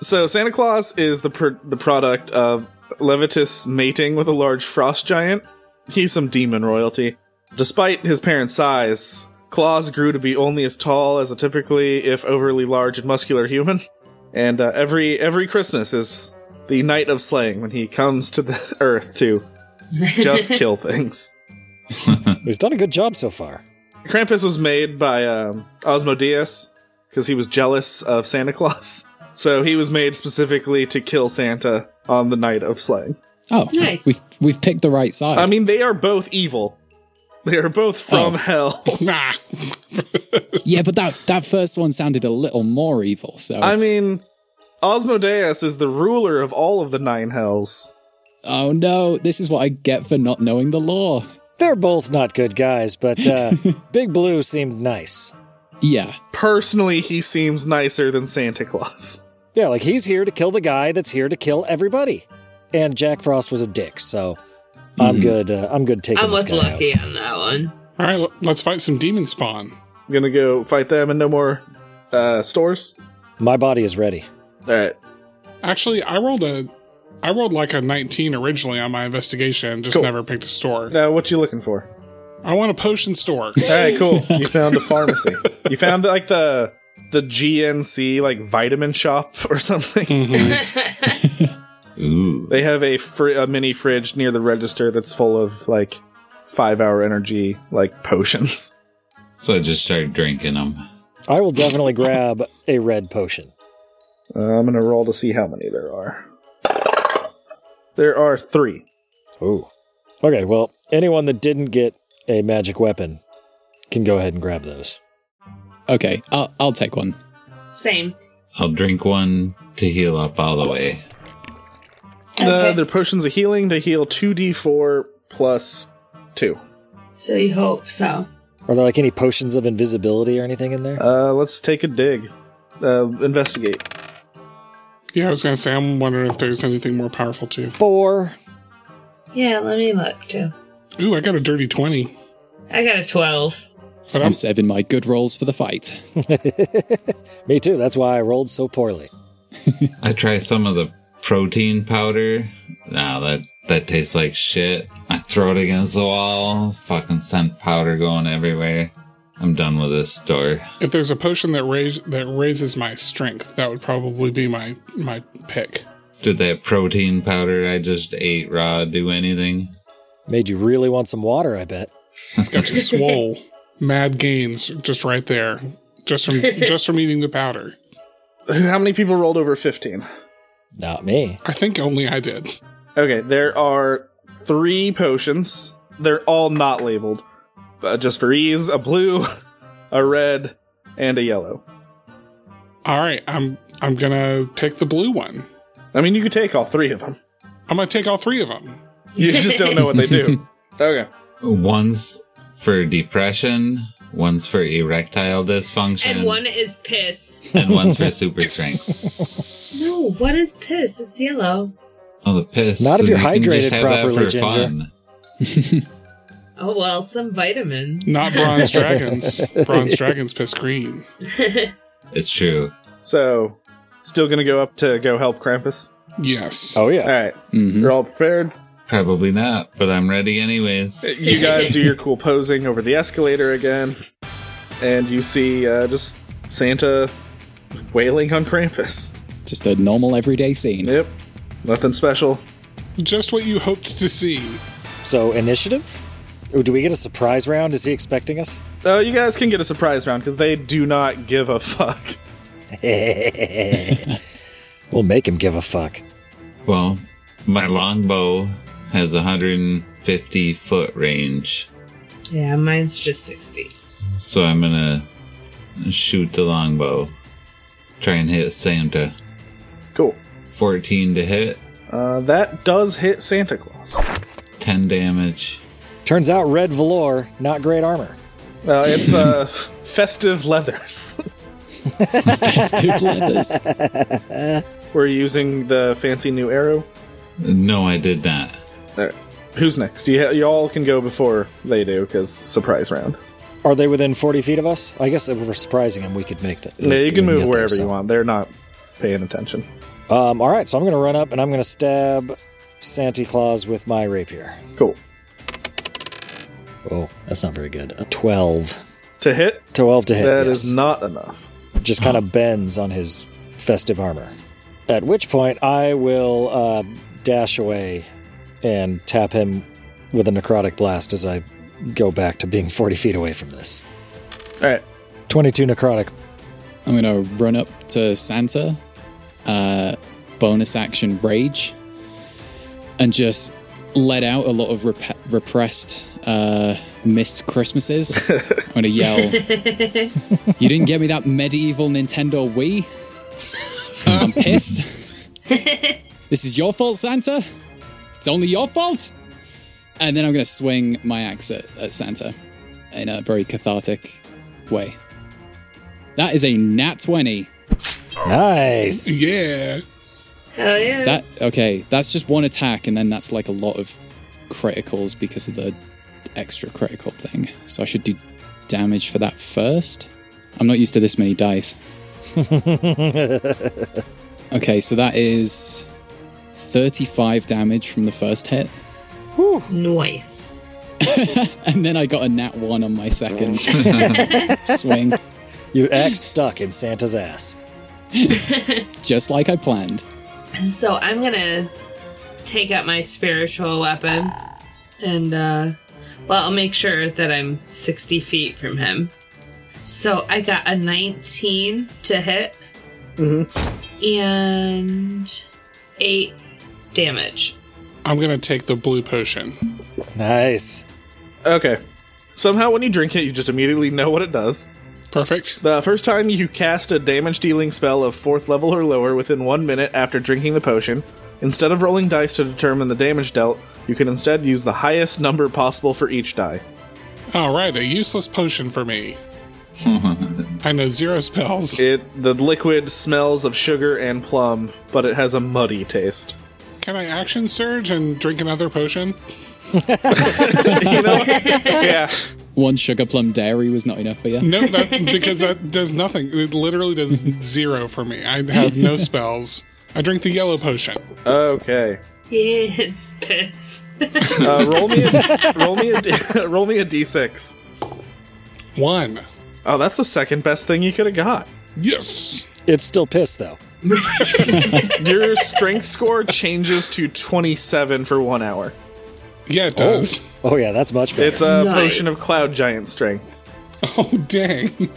C: So Santa Claus is the pr- the product of Levitus mating with a large frost giant. He's some demon royalty. Despite his parents' size, Claus grew to be only as tall as a typically, if overly large and muscular human. And uh, every every Christmas is the night of slaying when he comes to the <laughs> earth to just kill things.
A: He's done a good job so far.
C: Krampus was made by um, Osmodeus because he was jealous of Santa Claus. <laughs> So he was made specifically to kill Santa on the night of slaying.
D: Oh,
B: Nice.
D: We've we've picked the right side.
C: I mean, they are both evil. They are both from
D: Oh.
C: hell. <laughs>
E: Nah.
D: yeah, but that that first one sounded a little more evil. So
C: I mean, Osmodeus is the ruler of all of the nine hells.
D: oh no, this is what I get for not knowing the law.
A: They're both not good guys, but uh, Big Blue seemed nice.
D: Yeah,
C: Personally, he seems nicer than Santa Claus. <laughs>
A: Yeah, like he's here to kill the guy that's here to kill everybody. And Jack Frost was a dick, so I'm good. Uh, I'm good taking
B: I'm
A: this
B: with
A: guy out.
B: Lucky on that one.
E: All right, l- let's fight some demon spawn.
C: I'm gonna go fight them and no more uh, stores.
A: My body is ready.
C: All right.
E: Actually, I rolled a I rolled like a 19 originally on my investigation, just
C: Cool.
E: never picked a store.
C: Now, what you looking for?
E: I want a potion store. <laughs>
C: All right, cool. <laughs> You found a pharmacy. You found like the the GNC like vitamin shop <laughs> or something.
F: Ooh.
C: They have a fr- a mini fridge near the register that's full of like five hour energy like potions.
F: So I just started drinking them.
A: I will definitely grab a red potion.
C: Uh, I'm gonna roll to see how many there are. There are three.
A: Ooh. Okay, well, anyone that didn't get a magic weapon can go ahead and grab those.
D: Okay, I'll, I'll take one.
B: Same.
F: I'll drink one to heal up all the way.
C: The
B: Okay.
C: Uh, their potions of healing to heal two d4 plus two.
B: So you hope so.
A: Are there like any potions of invisibility or anything in there?
C: Uh, let's take a dig. Uh, investigate.
E: yeah, I was gonna say I'm wondering if there's anything more powerful too.
A: Four.
B: Yeah, let me look too.
E: Ooh, I got a dirty twenty.
B: I got a 12.
E: But I'm
D: I'm saving my good rolls for the fight.
A: <laughs> Me too. That's why I rolled so poorly.
F: I try some of the protein powder. Nah, that that tastes like shit. I throw it against the wall. Fucking scent powder going everywhere. I'm done with this store.
E: if there's a potion that raise that raises my strength, that would probably be my my pick.
F: Did that protein powder I just ate raw do anything?
A: Made you really want some water, I bet.
E: It's got you swole, mad gains just right there, just from just from eating the powder.
C: How many people rolled over 15?
A: Not me.
E: I think only I did.
C: Okay, there are three potions. They're all not labeled. Uh, just for ease, a blue, a red, and a yellow.
E: All right, I'm I'm gonna pick the blue one.
C: I mean, you could take all three of them.
E: I'm gonna take all three of them.
C: You just don't know what they do. Okay.
F: One's for depression. One's for erectile dysfunction.
B: And one is piss.
F: and one's
B: <laughs>
F: for super strength.
B: No, what is piss? It's yellow.
F: Oh, the piss.
A: Not if
F: So
A: you're
F: you can just
A: hydrated
F: have that
A: properly,
F: for
A: Ginger.
F: fun.
B: Oh, well, some vitamins.
E: Not bronze dragons. Bronze dragons piss green.
F: It's true.
C: So, still gonna go up to go help Krampus?
E: Yes.
A: Oh, yeah.
C: Alright,
D: Mhm.
C: you're all prepared.
F: Probably not, but I'm ready anyways.
C: You guys do your cool posing over the escalator again. And you see uh, just Santa wailing on Krampus.
D: Just a normal everyday scene.
C: Yep. Nothing special.
E: Just what you hoped to see.
C: Uh,
A: So, initiative? Oh, do we get a surprise round? Is he expecting
C: <laughs>
A: us?
C: Uh, you guys can get a surprise round because they do not give a fuck.
A: We'll make him give a fuck.
F: Well, my longbow has 150 foot range,
B: Yeah, mine's just 60.
F: so I'm gonna shoot the longbow. Try and hit Santa.
C: <laughs> Cool.
F: 14 to hit,
C: Uh, that does hit Santa Claus.
F: 10 damage.
A: Turns out red velour, not great armor.
C: Uh, it's <laughs> uh, festive leathers. <laughs>
D: Festive leathers.
C: We're using the fancy new arrow.
F: No, I did not.
C: Alright. Who's next? You, ha- you all can go before they do because surprise round.
A: Are they within 40 feet of us? I guess if we're surprising him, we could make that.
C: Yeah, you
A: we
C: can
A: get
C: move
A: there,
C: wherever
A: so.
C: you want. They're not paying attention.
A: Um, all right, so I'm going to run up and I'm going to stab Santa Claus with my rapier.
C: Cool.
A: Oh, that's not very good. A 12.
C: To hit,
A: 12 to hit.
C: that is
A: yes.
C: not enough.
A: Just kind of bends on his festive armor. At which point, I will uh, dash away and tap him with a necrotic blast as I go back to being <laughs> 40 feet away from this.
C: All right.
A: 22 necrotic.
D: I'm gonna run up to Santa, uh, bonus action rage, and just let out a lot of rep- repressed uh, missed Christmases. I'm gonna yell, "You didn't get me that medieval Nintendo Wii! I'm pissed. this is your fault, Santa. It's only your fault." And then I'm gonna swing my axe at, at Santa in a very cathartic way. That is a nat 20.
A: Nice.
E: Yeah.
B: Hell yeah.
D: That okay, that's just one attack and then that's like a lot of criticals because of the extra critical thing. So I should do damage for that first. I'm not used to this many dice. okay, so that is 35 damage from the first hit.
B: Nice.
D: and then I got a nat one on my second <laughs> swing,
A: Your axe stuck in Santa's ass.
D: just like I planned.
B: So I'm gonna take out my spiritual weapon and, uh, well, I'll make sure that I'm 60 feet from him. So I got a 19 to hit and 8 damage.
E: I'm gonna take the blue potion.
A: Nice.
C: Okay. Somehow, when you drink it, you just immediately know what it does.
E: Perfect.
C: The first time you cast a damage dealing spell of fourth level or lower within one minute after drinking the potion, instead of rolling dice to determine the damage dealt, you can instead use the highest number possible for each die.
E: All right, a useless potion for me.
B: <laughs>
F: <laughs>
E: I know zero spells.
C: It the liquid smells of sugar and plum, but it has a muddy taste. <laughs>
E: Can I action surge and drink another potion?
C: You know? yeah.
D: One sugar plum dairy was not enough for you.
E: No, <laughs> that, because that does nothing. It literally <laughs> does zero for me. I have <laughs> no spells. I drink the yellow potion.
C: Okay.
B: It's piss.
C: Uh, roll me a, roll me a d- <laughs> roll me a d6.
E: One.
C: Oh, that's the second best thing you could have got.
E: Yes.
A: It's still pissed though.
C: Your strength score changes to 27 for 1 hour.
E: Yeah, it does.
A: Oh yeah, that's much better.
C: It's a
B: Nice.
C: potion of cloud giant strength.
E: <laughs> Oh, dang.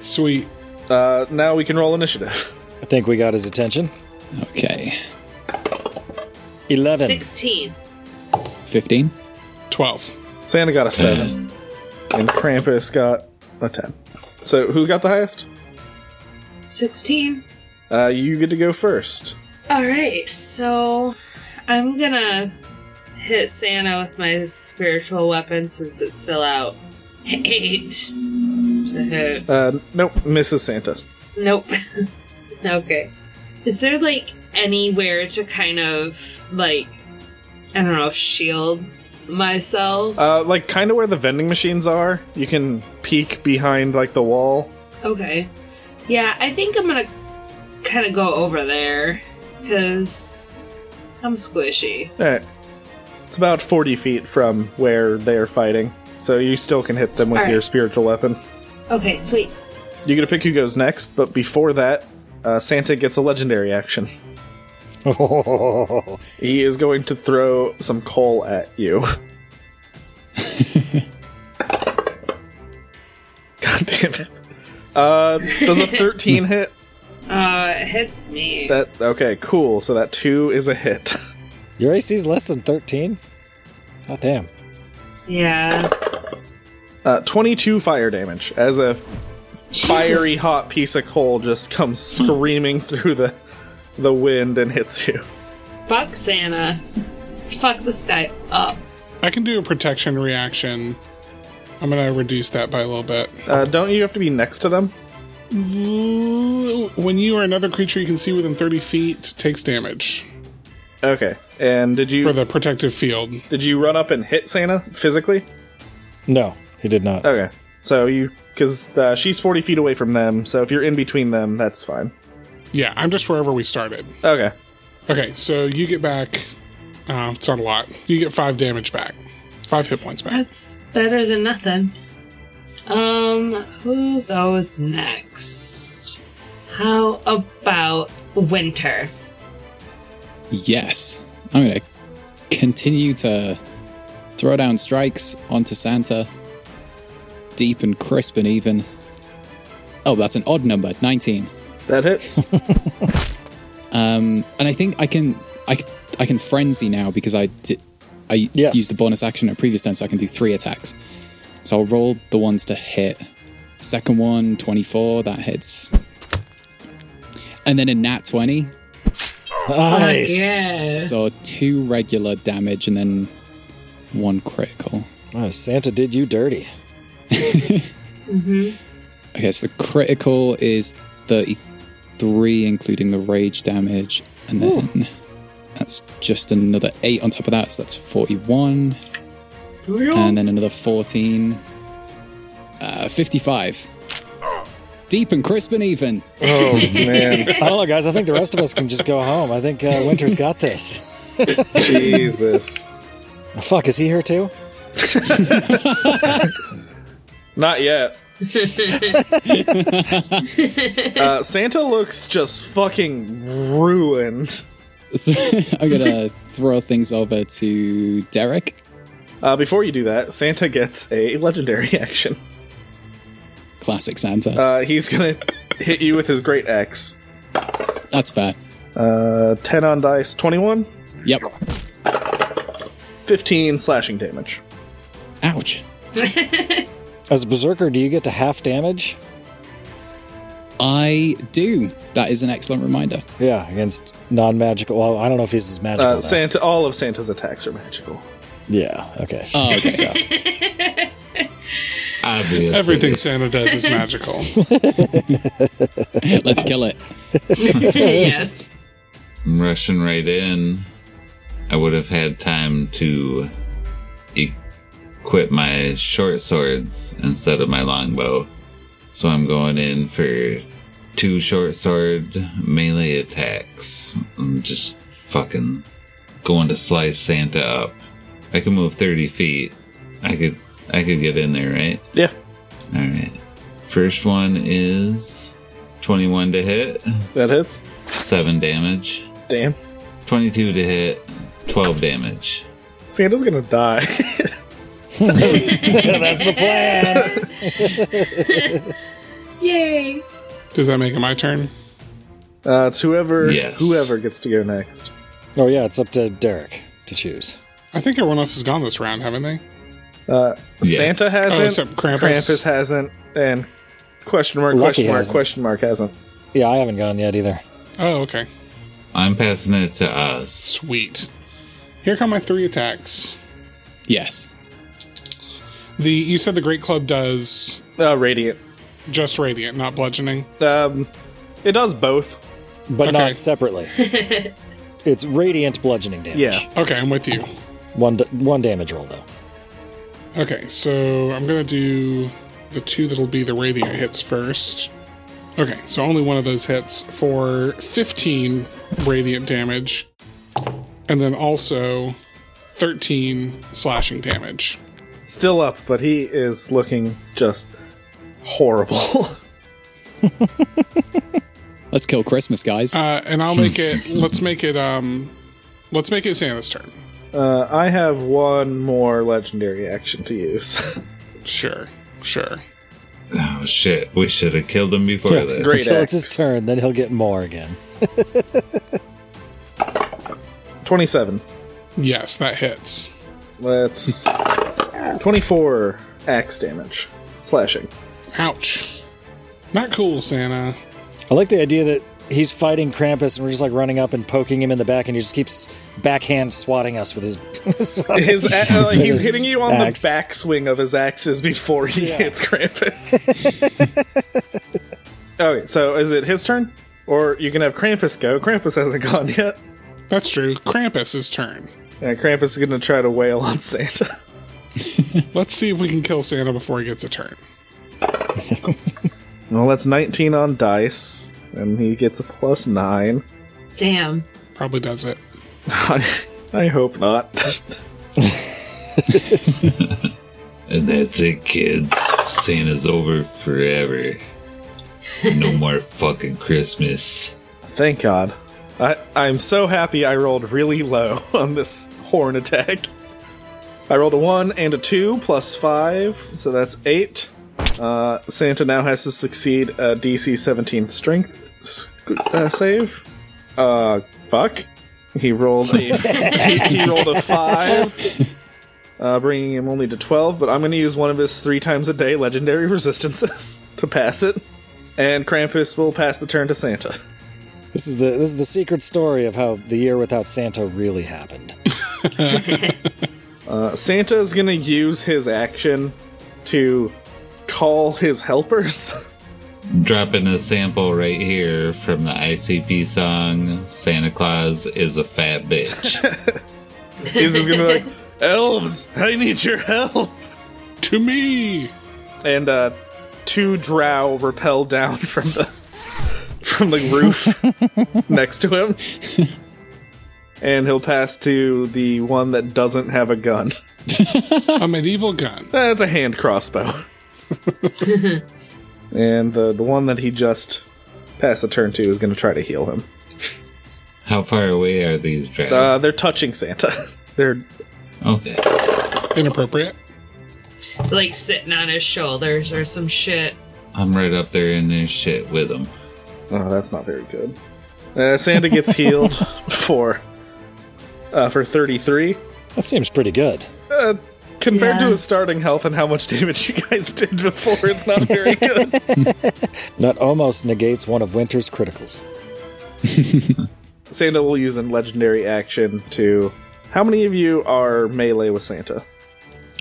E: Sweet.
C: Uh, now we can roll initiative. <laughs>
A: I think we got his attention.
D: Okay,
A: Eleven. <laughs>
B: 16.
D: fifteen.
E: 12.
C: Santa got a 7 and Krampus got a 10. So who got the highest?
B: 16.
C: Uh, you get to go first.
B: All right, so I'm gonna hit Santa with my spiritual weapon since it's still out. Eight. To hit.
C: Uh, nope, Mrs. Santa.
B: Nope. <laughs> okay. Is there like anywhere to kind of like I don't know shield myself?
C: Uh, like kind of where the vending machines are, you can peek behind like the wall.
B: Okay. Yeah, I think I'm gonna kind of go over there because I'm squishy.
C: All right. Eh, It's about 40 feet from where they are fighting, so you still can hit them with
B: All right.
C: your spiritual weapon.
B: Okay, sweet.
C: You get to pick who goes next, but before that, uh, Santa gets a legendary action. He is going to throw some coal at you. <laughs> God damn it. Uh,
E: <laughs>
C: does a 13 hit?
B: Uh, it hits me.
C: That okay, cool. So that two is a hit.
A: Your AC is less than thirteen. God damn.
B: yeah.
C: Uh, 22 fire damage as a fiery
B: Jesus.
C: hot piece of coal just comes
E: Hmm.
C: screaming through the the wind and hits you.
B: Fuck Santa. Let's fuck this guy up.
E: I can do a protection reaction. I'm going to reduce that by a little bit.
C: Uh, don't you have to be next to them?
E: Ooh, When you or another creature you can see within 30 feet takes damage
C: Okay. And did you
E: for the protective field.
C: Did you run up and hit Santa physically?
A: No, he did not.
C: Okay. So you, because uh, she's 40 feet away from them, so if you're in between them, that's fine.
E: Yeah, I'm just wherever we started.
C: Okay.
E: Okay, so you get back. Uh, it's not a lot. You get five damage back, five hit points back.
B: That's better than nothing. Um, who goes next? How about Winter?
D: Yes, I'm gonna continue to throw down strikes onto Santa, deep and crisp and even. Oh, that's an odd number, nineteen.
C: That hits.
D: Um, and I think I can I, c- I can frenzy now because I did I
A: Yes.
D: used the bonus action at previous turn, so I can do three attacks. So I'll roll the ones to hit. Second one, 24, that hits. And then a nat 20,
A: Nice.
B: Oh. Yeah.
C: <laughs>
D: so two regular damage and then one critical.
A: Oh, Santa did you dirty.
D: Okay, so the critical is 33, including the rage damage. And then that's just another 8 on top of that, so that's 41. And then another 14. Uh, 55. Deep and crisp and even. <laughs>
C: oh, man.
A: I don't know, guys. I think the rest of us can just go home. I think uh, Winter's got this.
C: Jesus.
A: Fuck, is he here too?
C: Not yet. uh, Santa looks just fucking ruined.
D: I'm gonna throw things over to Derek.
C: Uh, before you do that, Santa gets a legendary <laughs> action.
D: Classic Santa.
C: Uh, he's gonna hit you with his great axe.
D: That's fair.
C: Uh, 10 on dice, 21,
D: Yep.
C: 15 slashing damage.
D: Ouch.
A: As a berserker, do you get to half damage?
D: I do. That is an excellent reminder.
A: Yeah, against non-magical. Well, I don't know if this is magical.
C: Uh,
A: though.
C: Santa, all of Santa's attacks are magical.
A: Yeah. Okay.
D: Oh, okay.
F: Obviously.
E: Everything Santa does is magical.
D: <laughs> Let's kill it.
B: yes.
F: I'm rushing right in. I would have had time to equip my short swords instead of my longbow. So I'm going in for two short sword melee attacks. I'm just fucking going to slice Santa up. I can move 30 feet. I could I could get in there, right?
C: Yeah,
F: All right. First one is 21 to hit,
C: that hits.
F: 7 damage.
C: Damn.
F: 22 to hit, 12 damage.
C: Santa's gonna die. <laughs>
A: That's the plan.
B: Yay.
E: Does that make it my turn?
C: uh, it's whoever
F: Yes.
C: whoever gets to go next.
A: <laughs> oh yeah, it's up to Derek to choose.
E: I think everyone else has gone this round, haven't they?
C: Uh,
F: Yes.
C: Santa hasn't.
E: Oh, except Krampus.
C: Krampus hasn't. And question mark,
A: Lucky
C: question mark,
A: hasn't.
C: question mark hasn't.
A: Yeah, I haven't gone yet either.
E: Oh, okay.
F: I'm passing it to us.
E: Sweet. Here come my three attacks.
D: Yes.
E: The you said the great club does
C: Uh, Radiant.
E: just radiant, not bludgeoning.
C: Um, it does both.
A: but
E: Okay.
A: not separately. it's radiant bludgeoning damage.
C: Yeah.
E: Okay, I'm with you.
A: One d- one damage roll though.
E: Okay, so I'm gonna do the two that'll be the radiant hits first. Okay, so only one of those hits for 15 radiant damage, and then also 13 slashing damage.
C: Still up, but he is looking just horrible. <laughs>
D: Let's kill Christmas, guys.
E: Uh, and I'll make it. let's make it. Um, let's make it Santa's turn.
C: uh, I have one more legendary action to use. <laughs>
E: Sure, sure.
F: Oh shit, we should have killed him before this.
C: Great
A: Until it's his
C: axe.
A: turn, then he'll get more again.
C: 27.
E: Yes, that hits.
C: That's 24 axe damage. Slashing.
E: Ouch. Not cool, Santa.
A: I like the idea that he's fighting Krampus and we're just like running up and poking him in the back, and he just keeps backhand swatting us with his. <laughs>
C: <laughs> His a- like, he's
A: His
C: hitting you on
A: axe.
C: the backswing of his axes before he hits Krampus. <laughs> okay, so is it his turn? Or you can have Krampus go. Krampus hasn't gone yet.
E: That's true. Krampus's turn.
C: And Krampus is going to try to wail on Santa. <laughs>
E: Let's see if we can kill Santa before he gets a turn.
C: Well, that's 19 on dice, and he gets a plus 9.
B: Damn.
E: Probably does it.
C: <laughs> I hope not.
F: And that's it, kids. Santa's over forever.
D: <laughs>
F: No more fucking Christmas.
C: Thank God. I, I'm so happy I rolled really low <laughs> on this horn attack. I rolled a 1 and a 2 plus 5, so that's 8. Uh, Santa now has to succeed a DC 17 strength s- uh, save. Uh, fuck. He rolled a, <laughs> he, he rolled a 5, uh, bringing him only to 12, but I'm going to use one of his three times a day legendary <laughs> resistances to pass it. And Krampus will pass the turn to Santa.
A: <laughs> This is the this is the secret story of how the year without Santa really happened.
C: Santa is going to use his action to call his helpers.
F: Dropping a sample right here from the ICP song Santa Claus is a
D: <laughs>
F: fat bitch.
C: He's just going to be like, Elves, I need your help.
E: To me!
C: And uh, two drow rappel down <laughs> from the from the roof next to him. and he'll pass to the one that doesn't have a gun. <laughs>
E: a medieval gun.
C: That's a hand crossbow. and the the one that he just passed the turn to is going to try to heal him.
F: How far away are these dragons?
C: Uh, they're touching Santa. <laughs> they're
D: Uh,
F: okay.
E: Inappropriate.
B: Like sitting on his shoulders or some shit.
F: I'm right up there in their shit with them.
C: oh, that's not very good. Uh, Santa gets healed for uh, for thirty three.
A: That seems pretty good.
C: Uh, compared to
G: Yeah.
C: his starting health and how much damage you guys did before, it's not very good.
A: That almost negates one of Winter's criticals.
C: Santa will use in legendary action to. How many of you are melee with Santa?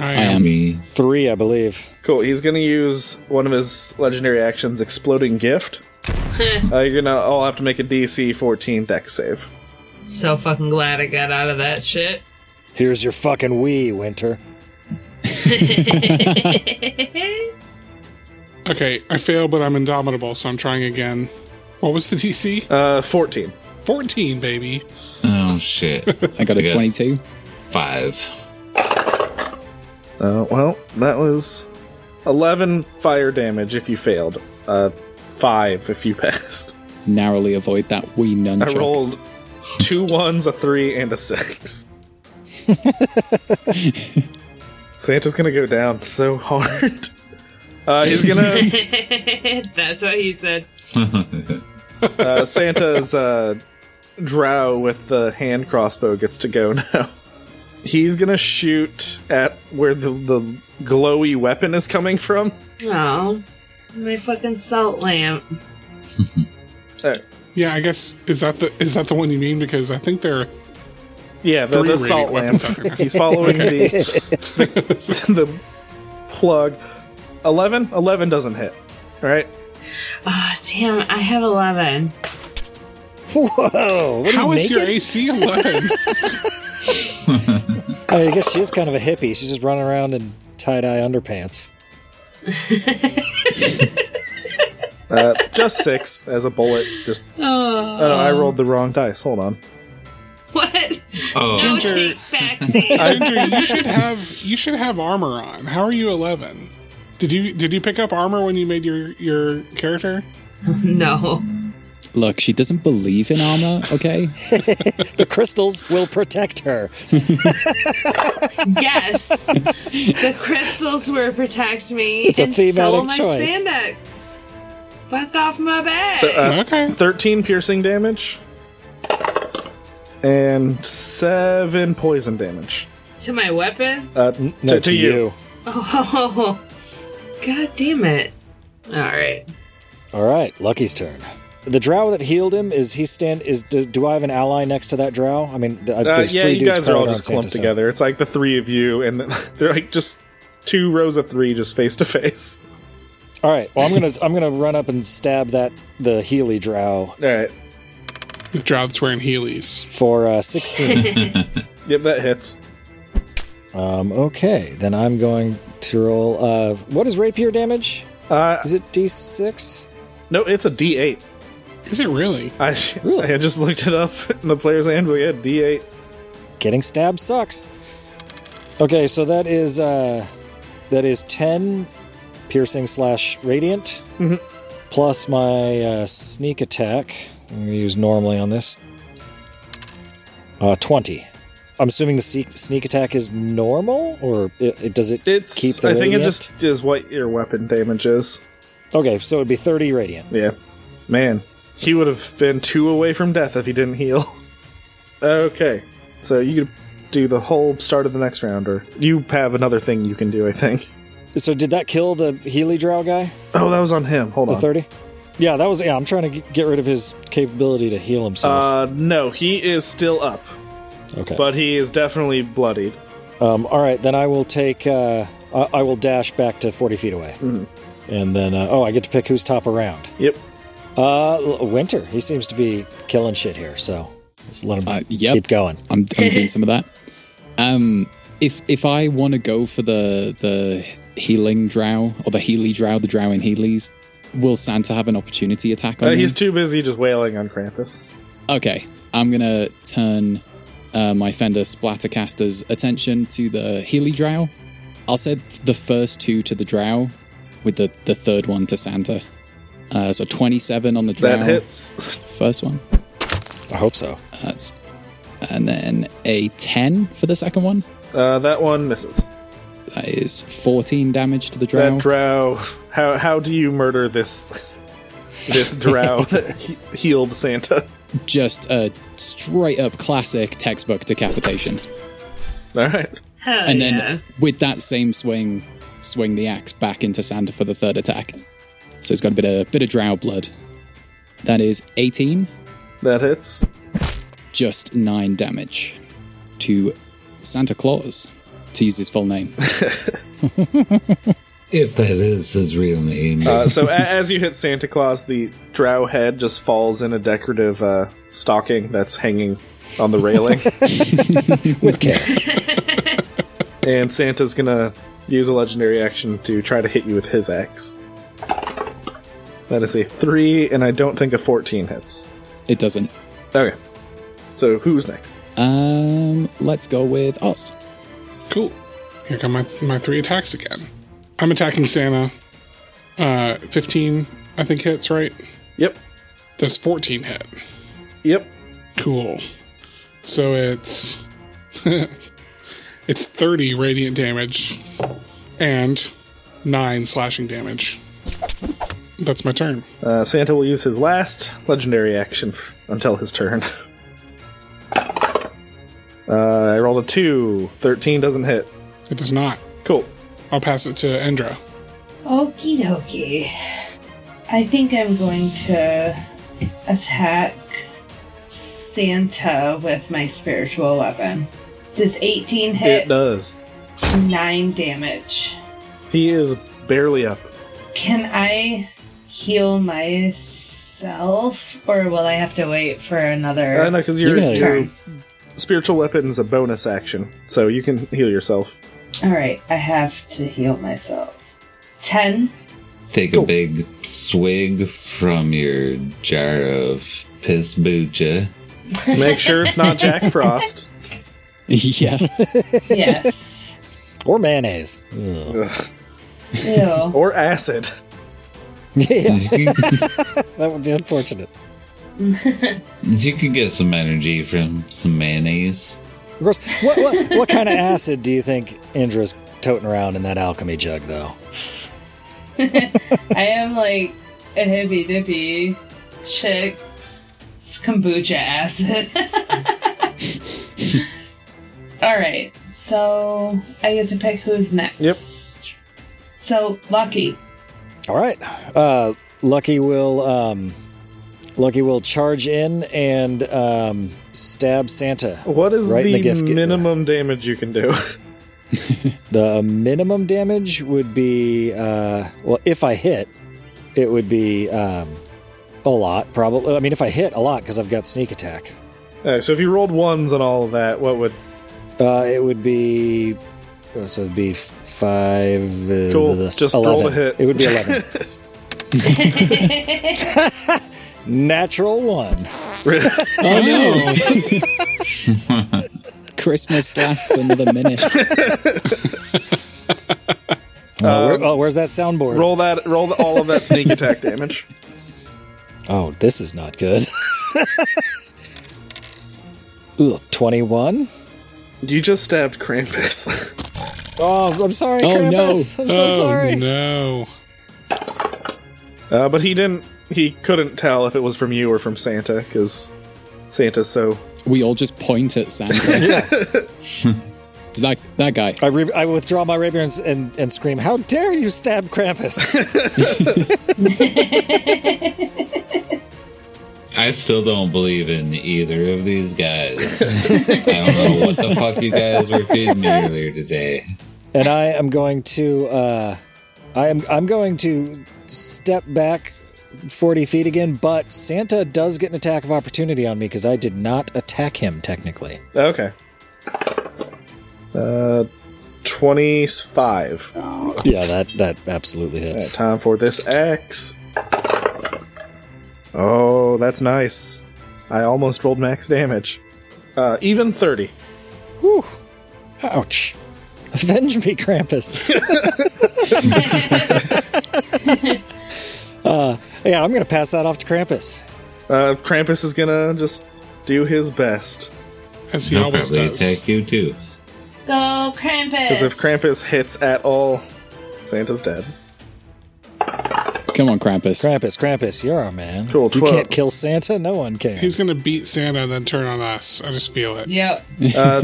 E: I
D: I
E: am.
D: am.
F: Me.
A: Three, I believe.
C: Cool. He's going to use one of his legendary actions, Exploding Gift. uh, you're gonna all have to make a DC 14 Dex save.
B: So fucking glad I got out of that shit. <laughs>
A: Here's your fucking Wii, Winter. <laughs>
E: Okay, I fail, but I'm indomitable, so I'm trying again. What was the DC?
C: Uh, 14.
E: 14, baby.
F: Oh shit.
D: <laughs> I got a
F: Yeah.
D: 22.
F: Five.
C: Uh, well, that was 11 fire damage if you failed. Uh, five if you <laughs> passed.
D: Narrowly avoid that wee
C: I
D: nunchuck.
C: rolled two ones, a three, and a six. Santa's gonna go down so hard. Uh, he's gonna.
B: That's what he said.
C: Uh, Santa's uh, drow with the hand crossbow gets to go <laughs> now. He's gonna shoot at where the, the glowy weapon is coming from.
B: Oh, my fucking salt lamp.
C: Uh,
E: Yeah, I guess is that the is that the one you mean? Because I think there are
C: yeah, the,
E: three
C: the
E: radiant
C: salt lamp.
E: weapons out there now.
C: He's following <laughs> the, the the plug. 11? 11 doesn't hit. All right.
B: Ah, damn, I have 11.
A: Whoa! What are
E: How
A: you
E: is your
A: naked? <laughs>
E: AC 11?
A: I, mean, I guess she is kind of a hippie. She's just running around in tie dye underpants.
C: Uh, just six as a bullet. Just
B: Oh,
C: oh, I rolled the wrong dice. Hold on.
B: <laughs> what?
F: Oh,
B: Don't
E: Ginger.
B: take back <laughs> seats.
E: Andrew, you should have you should have armor on. How are you 11? Did you did you pick up armor when you made your your character?
B: No.
D: Look, she doesn't believe in armor, okay?
A: The crystals will protect her.
B: Yes. <laughs> the crystals were protect me
A: a
B: and so
A: thematic
B: my
A: choice.
B: spandex. Fuck off my back.
C: So, uh,
E: Okay.
C: 13 piercing damage and 7 poison damage.
B: to my weapon?
C: Uh,
A: No,
C: to, to you.
B: <laughs> Oh, god damn it. All right.
A: All right, Lucky's turn. The drow that healed him is he stand is do, do I have an ally next to that drow? I mean, th-
C: Uh,
A: there's
C: yeah,
A: three
C: you
A: dudes
C: guys are all
A: crowded on
C: just clumped
A: Santa's side.
C: together. It's like the three of you, and <laughs> they're like just two rows of three just face to face.
A: All right, well I'm gonna I'm gonna run up and stab that the Healy drow
C: All right.
E: The drought's wearing Heelys.
A: for uh, 16.
C: Yep, that hits.
A: um, okay, then I'm going to roll. Uh, what is rapier damage?
C: Uh,
A: Is it d6?
C: no, it's a D8.
E: Is it really?
C: I,
A: Really?
C: I just looked it up in the player's handbook. Yeah, D8.
A: Getting stabbed sucks. Okay, so that is uh, that is 10 piercing slash radiant
C: Mm-hmm.
A: plus my uh, sneak attack. I'm gonna use normally on this. Uh, 20. I'm assuming the sneak, sneak attack is normal, or it, it does it
C: It's.
A: keep the
C: I think
A: radiant?
C: it just is what your weapon damage is.
A: Okay, so it'd be 30 radiant.
C: Yeah. Man, he would have been two away from death if he didn't heal. <laughs> Okay. So you could do the whole start of the next round, or you have another thing you can do, I think.
A: So did that kill the Healy Drow guy?
C: Oh, that was on him. Hold
A: The
C: on.
A: 30? Yeah, that was. Yeah, I'm trying to g- get rid of his capability to heal himself.
C: Uh, no, he is still up,
A: okay.
C: but he is definitely bloodied.
A: Um, all right, then I will take. Uh, I, I will dash back to forty feet away,
C: Mm-hmm.
A: and then uh, oh, I get to pick who's top around.
C: Yep.
A: Uh, L- Winter. He seems to be killing shit here, so let's let him
D: Uh, yep.
A: keep going.
D: I'm, I'm doing some of that. Um, if if I want to go for the the healing drow or the Healy drow, the drow in Healy's, will Santa have an
A: Mhm.
D: opportunity attack on
C: Uh,
D: me?
C: he's too busy just wailing on Krampus.
D: Okay, I'm gonna turn uh, my Fender Splattercaster's attention to the Healy Drow. I'll say the first two to the Drow, with the, the third one to Santa. Uh, so 27 on the Drow.
C: That hits.
D: First one.
A: I hope so.
D: That's, and then a 10 for the second one.
C: Uh, that one misses.
D: That is 14 damage to the Drow.
C: That drow. How how do you murder this this drow that he- healed Santa?
D: Just a straight up classic textbook decapitation.
C: All right.
B: Hell
D: and then
B: Oh, yeah.
D: with that same swing, swing the axe back into Santa for the third attack. So it's got a bit of bit of drow blood. That is 18,
C: That hits.
D: just nine damage to Santa Claus, to use his full name.
F: If that is his real name.
C: Uh, so a- as you hit Santa Claus, the drow head just falls in a decorative uh, stocking that's hanging on the railing,
A: With care.
C: <laughs> and Santa's gonna use a legendary action to try to hit you with his axe. That is a three, and I don't think a fourteen hits.
D: It doesn't.
C: Okay. So who's next?
D: Um, let's go with Oz.
E: Cool. Here come my, my three attacks again. I'm attacking Santa. Uh, 15, I think, hits, right?
C: Yep.
E: Does 14 hit?
C: Yep.
E: Cool. So it's. <laughs> it's 30 radiant damage and 9 slashing damage. That's my turn.
C: Uh, Santa will use his last legendary action until his turn. <laughs> Uh, I rolled a 2. 13 doesn't hit.
E: It does not.
C: Cool.
E: I'll pass it to Endra.
B: Okie dokie. I think I'm going to attack Santa with my spiritual weapon. Does 18
C: It
B: hit?
C: does.
B: 9 damage.
C: He is barely up.
B: Can I heal myself, or will I have to wait for another?
C: Uh, no, because your,
A: You're gonna-
C: your spiritual weapon is a bonus action, so you can heal yourself.
B: All right, I have to heal myself. 10.
F: Take a big swig from your jar of piss bucha.
C: Make sure it's
A: <laughs>
C: not Jack Frost.
D: <laughs> yeah.
B: Yes.
A: Or mayonnaise. <laughs>
B: Ew.
C: Or acid.
D: Mm.
A: Yeah, that would be unfortunate.
F: you can get some energy from some mayonnaise.
A: Of course, what, what, what kind of acid do you think Indra's toting around in that alchemy jug, though?
B: I am like a hippy dippy chick. It's kombucha acid. <laughs> All right, so I get to pick who's next. Yep. So
C: <laughs>
B: lucky.
A: All right. Uh, Lucky will um, Lucky will charge in and um, stab Santa.
C: What is
A: Right in the
C: the,
A: gift-
C: minimum damage you can do? <laughs>
A: The minimum damage would be uh, well, if I hit, it would be um, a lot. Probably. I mean, if I hit a lot because I've got sneak attack,
C: Alright, so if you rolled ones on all of that, what would. <laughs>
A: uh, it would be. oh, So it'd be f- five. Uh,
C: Cool,
A: this-
C: just roll
A: eleven.
C: the hit.
A: It would be eleven. <laughs>
C: <laughs>
A: Natural one.
D: Oh no! Christmas lasts another minute.
A: oh, where- oh, where's that soundboard?
C: Um, Roll that. Roll all of that sneak attack damage.
A: Oh, this is not good. <laughs> Ooh, 21?
C: You just stabbed Krampus. <laughs>
A: Oh, I'm sorry,
D: Oh,
A: Krampus. I'm so
E: oh
A: sorry.
E: no!
C: Uh, but he didn't. He couldn't tell if it was from you or from Santa because Santa's so.
D: We all just point at Santa. It's that that guy.
A: I, re- I withdraw my rapier and, and, and scream, How dare you stab Krampus?
F: I still don't believe in either of these guys. I don't know what the fuck you guys were feeding me earlier today.
A: <laughs> and I am going to, uh, I am, I'm going to step back 40 feet again, but Santa does get an attack of opportunity on me because I did not attack him, technically.
C: Okay. Uh, twenty-five. All
A: Yeah, that, that absolutely
C: right,
A: hits.
C: time for this X. Oh, that's nice. I almost rolled max damage. Uh, even 30.
A: Whew. Ouch. Avenge me, <laughs> Krampus. uh, yeah, I'm going to pass that off to Krampus.
C: Uh, Krampus is gonna just do his best.
E: as he
F: He'll
E: always
F: probably
E: does.
F: attack you too.
B: Go Krampus.
C: Because if Krampus hits at all, Santa's dead.
D: Come on, Krampus.
A: Krampus, Krampus, you're our man.
C: Cool,
A: You
C: 12.
A: can't kill Santa? No one can.
E: He's gonna beat Santa and then turn on us. I just feel it.
B: Yep.
C: Uh,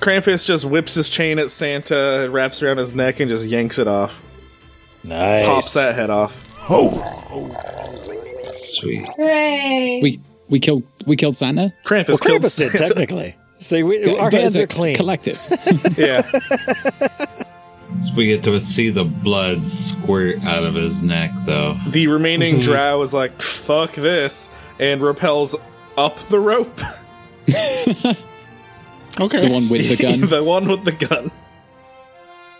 C: Krampus just whips his chain at Santa, wraps around his neck, and just yanks it off.
A: nice.
C: Pops that head off.
F: Sweet.
B: Hooray.
D: We we killed we killed Santa.
C: Krampus
A: Well, <laughs>
C: killed
A: Krampus did,
C: Santa.
A: technically. See, we, our
D: But it's
A: hands
D: a
A: are clean.
D: Collective.
C: <laughs> yeah.
F: So we get to see the blood squirt out of his neck, though.
C: The remaining drow is like, fuck this, and repels up the rope. <laughs>
E: Okay.
D: the one with the
B: <laughs>
D: gun.
C: the one with the gun.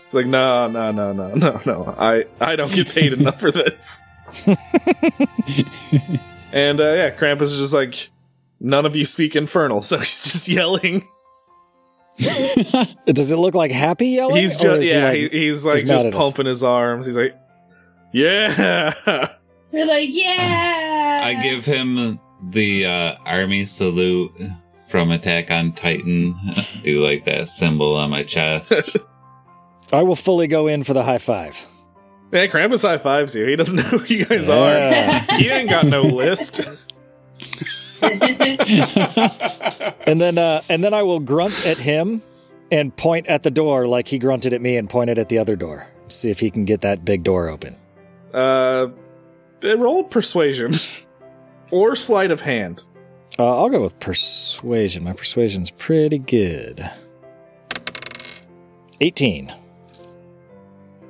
C: It's like, no, no, no, no, <laughs> no, no. I, I don't get paid enough for this. and uh, yeah, Krampus is just like, none of you speak infernal, <laughs> so he's just yelling.
A: Does it look like happy yelling?
C: He's
A: or
C: just
A: is he
C: yeah,
A: like-
C: he- he's like
A: he's mad
C: just
A: at us?
C: pumping his arms. He's like, yeah. <laughs>
B: We're like, yeah.
F: I give him the uh, army salute from Attack on Titan. <laughs> Do like that symbol on my chest.
A: I will fully go in for the high five.
C: Yeah, Krampus high fives you. He doesn't <laughs> know who you guys
A: Yeah.
C: are. He ain't got
A: <laughs>
C: no list.
A: And then uh, and then I will grunt at him and point at the door like he grunted at me and pointed at the other door. See if he can get that big door open.
C: Uh, roll persuasion <laughs> or sleight of hand.
A: Uh, I'll go with persuasion. My persuasion's pretty good. 18.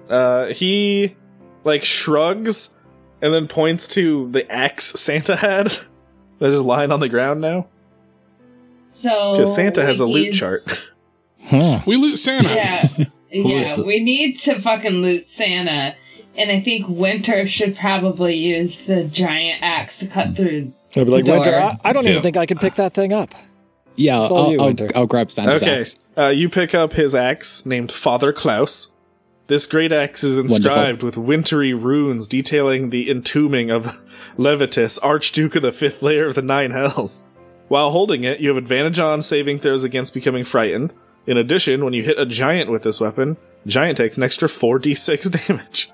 C: Uh, he like shrugs and then points to the axe Santa had. <laughs> That is lying on the ground now
B: so
C: because Santa has a loot
B: he's-
C: chart.
A: Huh.
E: We loot
B: <laughs>
C: <laughs>
E: Santa.
B: Yeah.
F: is-
B: yeah. We need to fucking loot Santa. And I think Winter should probably use the giant axe to cut through.
A: I'll be like,
B: Door.
A: Winter, I, I don't
F: Yeah.
A: even think I can pick that thing up.
D: Yeah,
A: It's
D: I'll,
A: all you,
D: I'll, I'll,
A: Winter.
D: grab Santa's
C: Okay,
D: axe.
C: uh, you pick up his axe named Father Klaus. This great axe is inscribed with wintry runes detailing the entombing of <laughs> Levitus, Archduke of the fifth layer of the Nine Hells. While holding it, you have advantage on saving throws against becoming frightened. In addition, when you hit a giant with this weapon, giant takes an extra 4d6 <laughs> damage.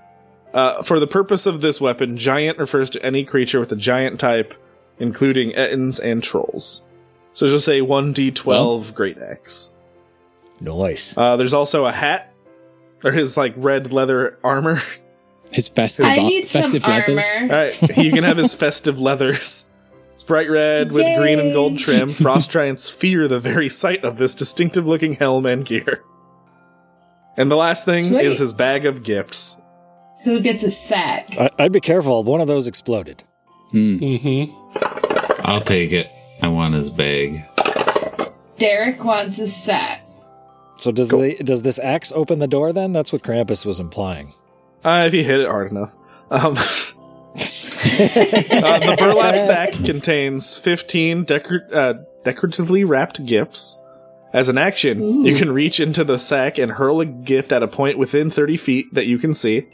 C: Uh, for the purpose of this weapon, giant refers to any creature with a giant type, including Ettins and trolls. So just say 1d12 great axe.
A: Nice.
C: Uh, there's also a hat, or his like red leather armor. <laughs>
D: His festive,
B: I
D: ar-
B: need some
D: festive
B: armor.
D: leathers.
C: All right, you can have his festive leathers. It's bright red with green and gold trim. Frost giants fear the very sight of this distinctive looking helm and gear. And the last thing
B: Sweet.
C: is his bag of gifts.
B: Who gets a sack?
A: I, I'd be careful. One of those exploded.
D: Hmm.
E: Mm-hmm.
F: I'll take it. I want his bag.
B: Derek wants a sack.
A: So does
C: Cool.
A: the, does this axe open the door then? That's what Krampus was implying.
C: Uh, if you hit it hard enough. Um, <laughs> uh, the burlap sack contains 15 decor- uh, decoratively wrapped gifts. As an action, you can reach into the sack and hurl a gift at a point within 30 feet that you can see.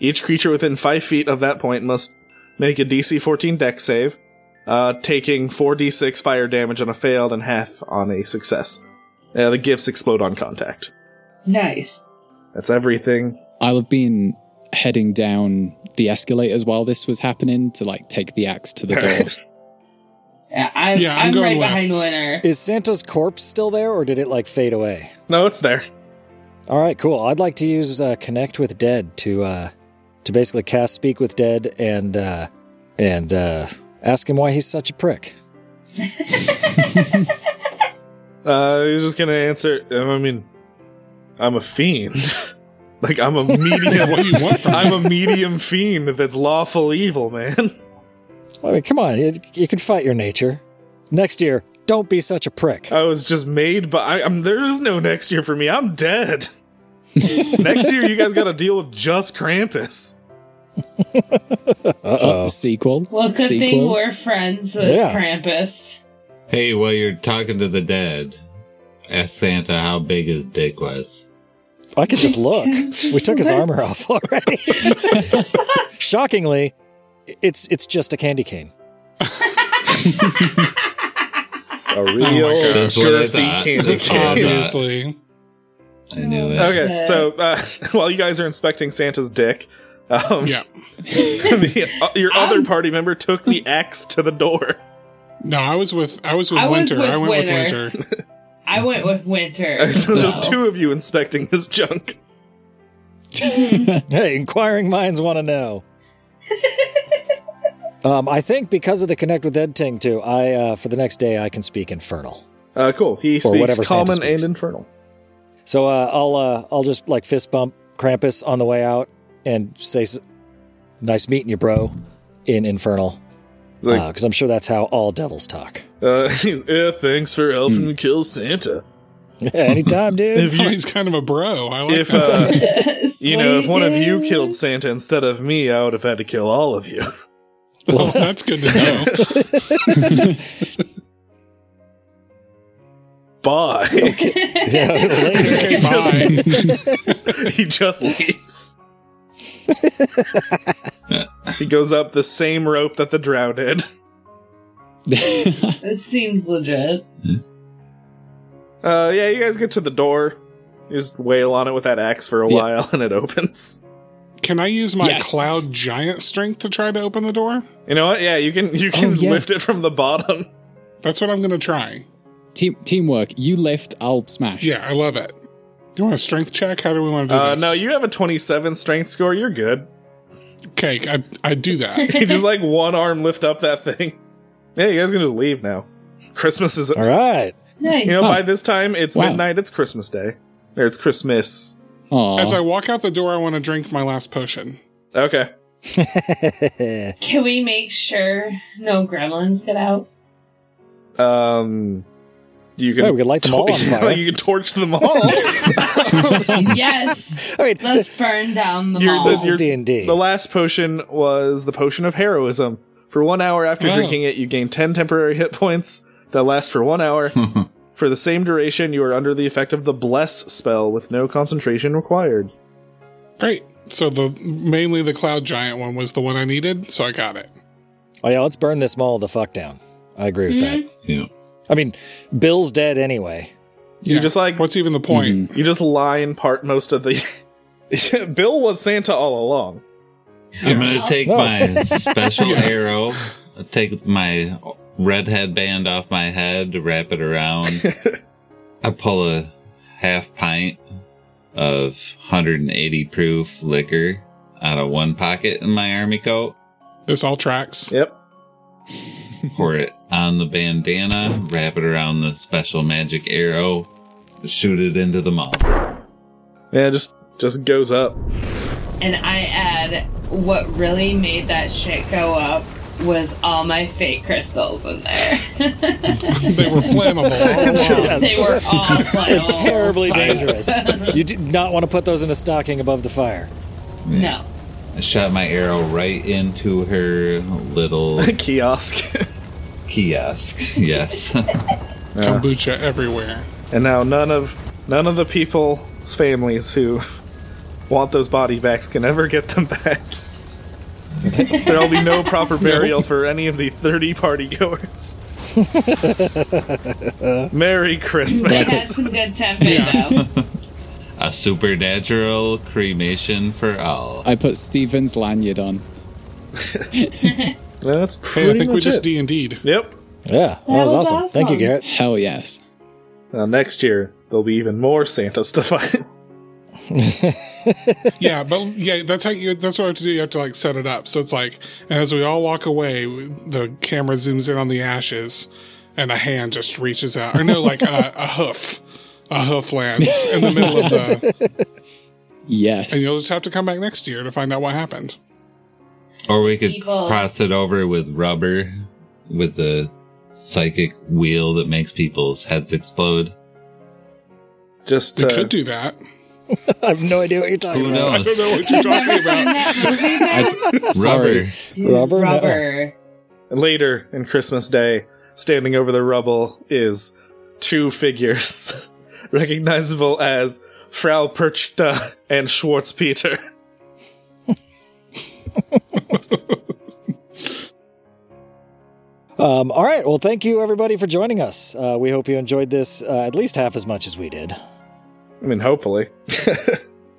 C: Each creature within 5 feet of that point must make a DC 14 deck save, uh, taking 4d6 fire damage on a failed and half on a success. Uh, the gifts explode on contact.
B: Nice.
C: That's everything.
D: I'll have been heading down the escalators while this was happening to like take the axe to the door.
E: <laughs>
B: Yeah, I'm,
E: Yeah, I'm
B: I'm,
E: going
B: right
E: left.
B: behind Winter.
A: Is Santa's corpse still there or did it like fade away?
C: No, it's there.
A: All right, cool. I'd like to use uh, Connect with Dead to uh, to basically cast Speak with Dead and uh, and uh, ask him why he's such a prick.
C: Uh, he's just gonna answer. um, I mean, I'm a fiend. <laughs> like I'm a medium.
E: What do you want from
C: I'm a medium fiend that's lawful evil, man.
A: I mean, come on, you, you can fight your nature. Next year, don't be such a prick.
C: I was just made, but I, I'm there is no next year for me. I'm <laughs> dead. next year, you guys got to deal with just Krampus.
A: Uh
D: Uh,
A: oh.
D: sequel.
B: Well, good
D: Uh, sequel.
B: thing we're friends with
A: Yeah.
B: Krampus.
F: Hey, while you're talking to the dead, ask Santa how big his dick was.
A: I could just look. We took his armor off already. Shockingly, it's it's just a candy cane.
C: A real
E: Oh gosh.
F: That's what I
C: girthy
F: thought.
C: candy cane.
E: Obviously.
F: I knew it.
C: Okay, so uh, <laughs> while you guys are inspecting Santa's dick, um,
E: Yeah.
C: <laughs> the, uh, your other party member took the axe to the door. <laughs>
E: No, I was with I was with
B: I was
E: Winter.
B: with
E: I went
B: Winter.
E: with Winter.
B: I went with Winter.
C: <laughs> so just
B: so-
C: two of you inspecting this junk.
A: Hey, inquiring minds want to know. um, I think because of the connect with Ed Ting too, I uh, for the next day I can speak Infernal.
C: Uh, cool. He
A: Or whatever
C: speaks
A: Santa
C: common
A: speaks.
C: and infernal.
A: So uh, I'll uh, I'll just like fist bump Krampus on the way out and say, s- "Nice meeting you, bro," in Infernal,
C: Like,
A: because I'm sure that's how all devils talk. <laughs>
C: Uh, <laughs> he's, yeah, thanks for helping
A: Hmm.
C: me kill Santa.
A: Anytime, dude.
C: If
E: Oh,
C: you,
E: he's kind of a bro. I like
C: if
E: that.
A: <laughs>
C: uh, you know, if one of you killed Santa instead of me, I would have had to kill all of you. <laughs>
E: well, that's good to know.
C: Bye.
A: Yeah, <laughs> later.
E: Okay,
C: <laughs>
E: bye.
C: he just leaves. he goes up the same rope that the drow did.
B: It seems
C: <laughs>
B: legit.
C: <laughs> Uh, yeah, you guys get to the door. You just wail on it with that axe for a
D: Yeah.
C: while, <laughs> and it opens.
E: Can I use my
D: Yes.
E: cloud giant strength to try to open the door?
C: You know what? Yeah, you can
A: Oh,
C: you can
D: yeah.
C: lift it from the bottom.
E: That's what I'm going to try.
D: <laughs> Team teamwork. You lift, I'll smash.
E: Yeah, I love it. You want a strength check? How do we want to do
C: Uh,
E: this?
C: no, you have a 27 strength score. You're good.
A: <laughs>
E: Okay, I, I do that.
C: You just like one arm lift up that thing. <laughs> Yeah, you guys can just leave now. Christmas is
A: all right.
B: <laughs>
A: <laughs>
B: Nice.
C: you know by this time it's
D: Wow.
C: midnight. It's Christmas Day or it's Christmas.
D: Aw.
E: As I walk out the door, I want to drink my last potion.
C: Okay.
B: Can we make sure no gremlins get out? <laughs>
C: Um, you can
A: Oh, we could light them all on
C: <laughs> Yeah,
A: fire.
C: you can torch
A: <laughs>
C: them all.
B: yes.
A: I mean,
B: Let's burn down the
C: You're-
B: mall.
A: this is
C: you're-
A: D and D.
C: The last potion was the potion of heroism. For one hour after
E: Oh.
C: drinking it, you gain 10 temporary hit points that last for one
E: <laughs>
C: hour. for the same duration, you are under the effect of the Bless spell with no concentration required.
E: Great. So the mainly the cloud giant one was the one I needed, so I got it.
A: Oh yeah, let's burn this mall the fuck down. I agree with that.
F: yeah.
A: I mean, Bill's dead anyway.
C: You just like
E: What's even the point?
C: you just lie in part most of the. <laughs> Bill was Santa all along.
F: Mm-hmm. I'm gonna take
A: No.
F: my special arrow, take my red headband off my head, wrap it around. I pull a half pint of 180 proof liquor out of one pocket in my army coat,
E: This all tracks.
C: Yep.
F: pour it on the bandana, wrap it around the special magic arrow, shoot it into the mall.
C: Yeah, just just goes up.
B: And I add, what really made that shit go up was all my fake crystals in there.
E: They were
C: <laughs>
E: flammable all
A: <laughs>
E: along.
A: Yes.
B: they were all flammable.
A: Terribly
B: <laughs>
A: dangerous. you did not want to put those in a stocking above the fire.
B: No.
F: I shot my arrow right into
C: <laughs>
F: her little
C: Kiosk.
F: kiosk. Yes.
E: Kombucha everywhere.
C: and now none of none of the people's families who want those body backs can ever get them
E: <laughs>
C: back. there will be no proper burial for any of the 30 party
E: <laughs>
C: goers. Merry Christmas.
B: We had some good tempeh,
A: <laughs>
B: though.
F: A supernatural cremation for all.
D: I put Steven's lanyard on.
C: That's
E: Hey,
C: pretty
E: I think
C: much
E: we just
C: it.
E: D
C: <laughs>
E: and D'd.
C: Yep.
A: Yeah, that, was,
B: was
A: awesome. Thank you,
B: awesome.
A: Garrett.
D: Hell yes.
C: Now next year there'll be even more Santa stuff.
E: Yeah, but yeah, that's how you. That's what I have to do. You have to like set it up. So it's like, and as we all walk away, we- the camera zooms in on the ashes, and a hand just reaches out. Or no, like a, a hoof, a hoof lands in the middle
C: <laughs>
E: of the. And
D: Yes.
E: you'll just have to come back next year to find out what happened.
F: Or we could
B: Evil.
F: cross it over with rubber with the psychic wheel that makes people's heads explode.
C: <laughs> just
E: We
C: uh,
E: could do that.
A: I have no idea what you're talking
F: Who
A: about.
E: I don't know
F: knows?
C: <laughs>
E: what you're talking about.
D: I'd-
F: Rubber.
D: sorry.
B: Dude,
A: Rubber? No.
B: Rubber.
C: later in Christmas Day, standing over the rubble is two figures <laughs> recognizable as Frau Perchta and Schwartz Peter.
A: Um, all right. Well, thank you everybody for joining us. Uh, we hope you enjoyed this uh, at least half as much as we did.
C: I mean, hopefully.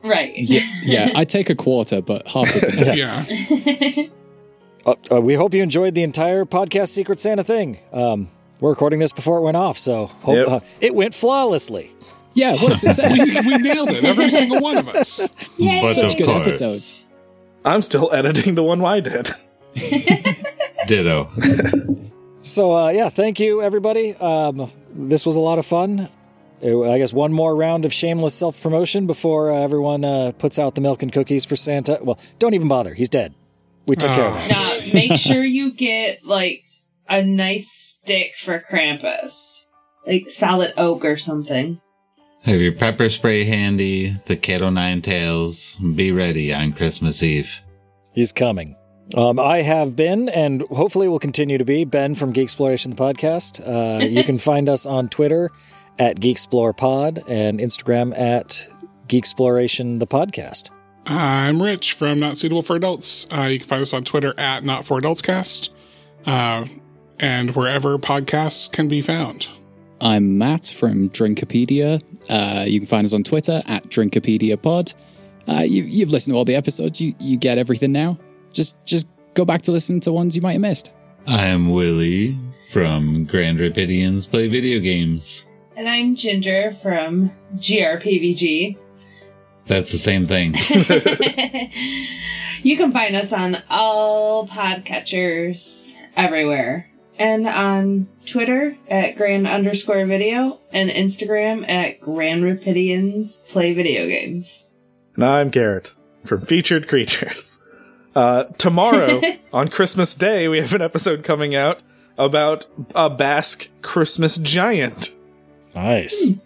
B: Right.
D: Yeah, yeah. I take a quarter, but half of
B: <laughs>
D: them.
E: Yeah.
A: Uh, uh, we hope you enjoyed the entire podcast Secret Santa thing. Um, we're recording this before it went off, so hope,
C: Yep.
A: uh, it went flawlessly.
D: yeah, what a
E: we,
D: success!
E: we nailed it. Every single one of us.
B: Yay.
F: But
D: Such
F: of
D: good
F: course.
D: episodes.
C: I'm still <laughs> editing the one I did.
F: Ditto.
A: So uh, yeah, thank you everybody. Um, this was a lot of fun. Uh, I guess one more round of shameless self promotion before uh, everyone uh, puts out the milk and cookies for Santa. Well, don't even bother. He's dead. We took care of
E: Aw.
A: that.
B: Nah, make sure you get like a nice stick for Krampus, like solid oak or something.
F: Have your pepper spray handy, the cat o' nine tails. Be ready on Christmas Eve.
A: He's coming. Um, I have been, and hopefully will continue to be, Ben from Geek Exploration the podcast.
B: <laughs>
A: Uh, you can find us on Twitter at GeeksplorePod and Instagram at Geeksploration the podcast.
E: I'm Rich from Not Suitable for Adults. Uh, you can find us on Twitter at Not for Adults Cast, uh, and wherever podcasts can be found.
D: I'm Matt from Drinkopedia. Uh, you can find us on Twitter at Drinkopedia Pod. Uh, you, you've listened to all the episodes. You you get everything now. Just just go back to listen to ones you might have missed.
F: I am Willie from Grand Rapidians Play Video Games.
B: And I'm Ginger from GRPVG.
F: That's the
D: <laughs>
F: same thing.
B: <laughs> you can find us on all podcatchers everywhere. And on Twitter at grand underscore video and Instagram at grand rapidians play video games.
C: And I'm Garrett from Featured Creatures. Uh, tomorrow, on Christmas Day, we have an episode coming out about a Basque Christmas giant.
A: Nice.
B: Hmm.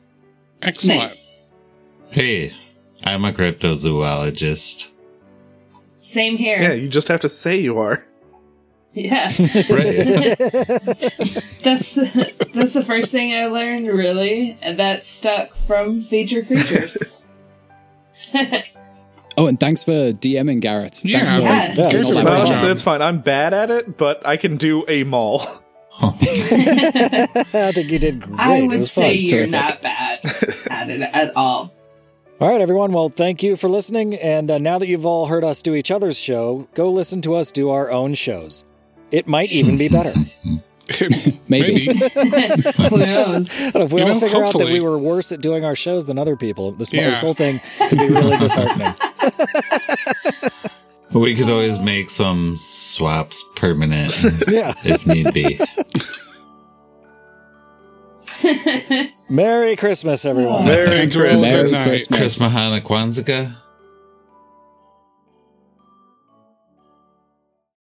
E: Excellent.
B: Nice.
F: hey, I'm a cryptozoologist.
B: Same here.
C: Yeah, you just have to say you are.
B: <laughs> Yeah,
D: <laughs>
F: Right.
B: that's <laughs> that's the first thing I learned really, and that stuck from
A: <laughs>
B: feature creatures.
D: Oh, and thanks for DMing Garrett.
E: Yeah,
D: thanks for
B: Yes.
D: doing
E: Good
D: all that
E: job.
D: work.
C: Well, so it's fine. I'm bad at it, but I can do a mall.
A: <laughs>
F: Oh.
A: I think you did great.
B: I
A: it
B: would
A: was fun.
B: say you're
D: terrific.
B: not bad at it at all.
A: All right, everyone. Well, thank you for listening. And uh, now that you've all heard us do each other's show, go listen to us do our own shows. It might even be
E: <laughs>
A: better. <laughs> I
D: Maybe.
B: Who knows?
A: don't know, if we
E: You
A: all
E: know,
A: figure out that
E: hopefully.
A: we were worse at doing our shows than other people, this,
E: Yeah.
A: this whole thing could be really
E: <laughs>
A: disheartening.
F: <laughs> we could always make some swaps permanent
A: Yeah.
F: if need be.
A: Merry Christmas, everyone.
C: Merry
E: Thank you all.
C: Christmas.
D: Merry
E: Night.
D: Christmas.
F: Chris Mahana Kwanzaa.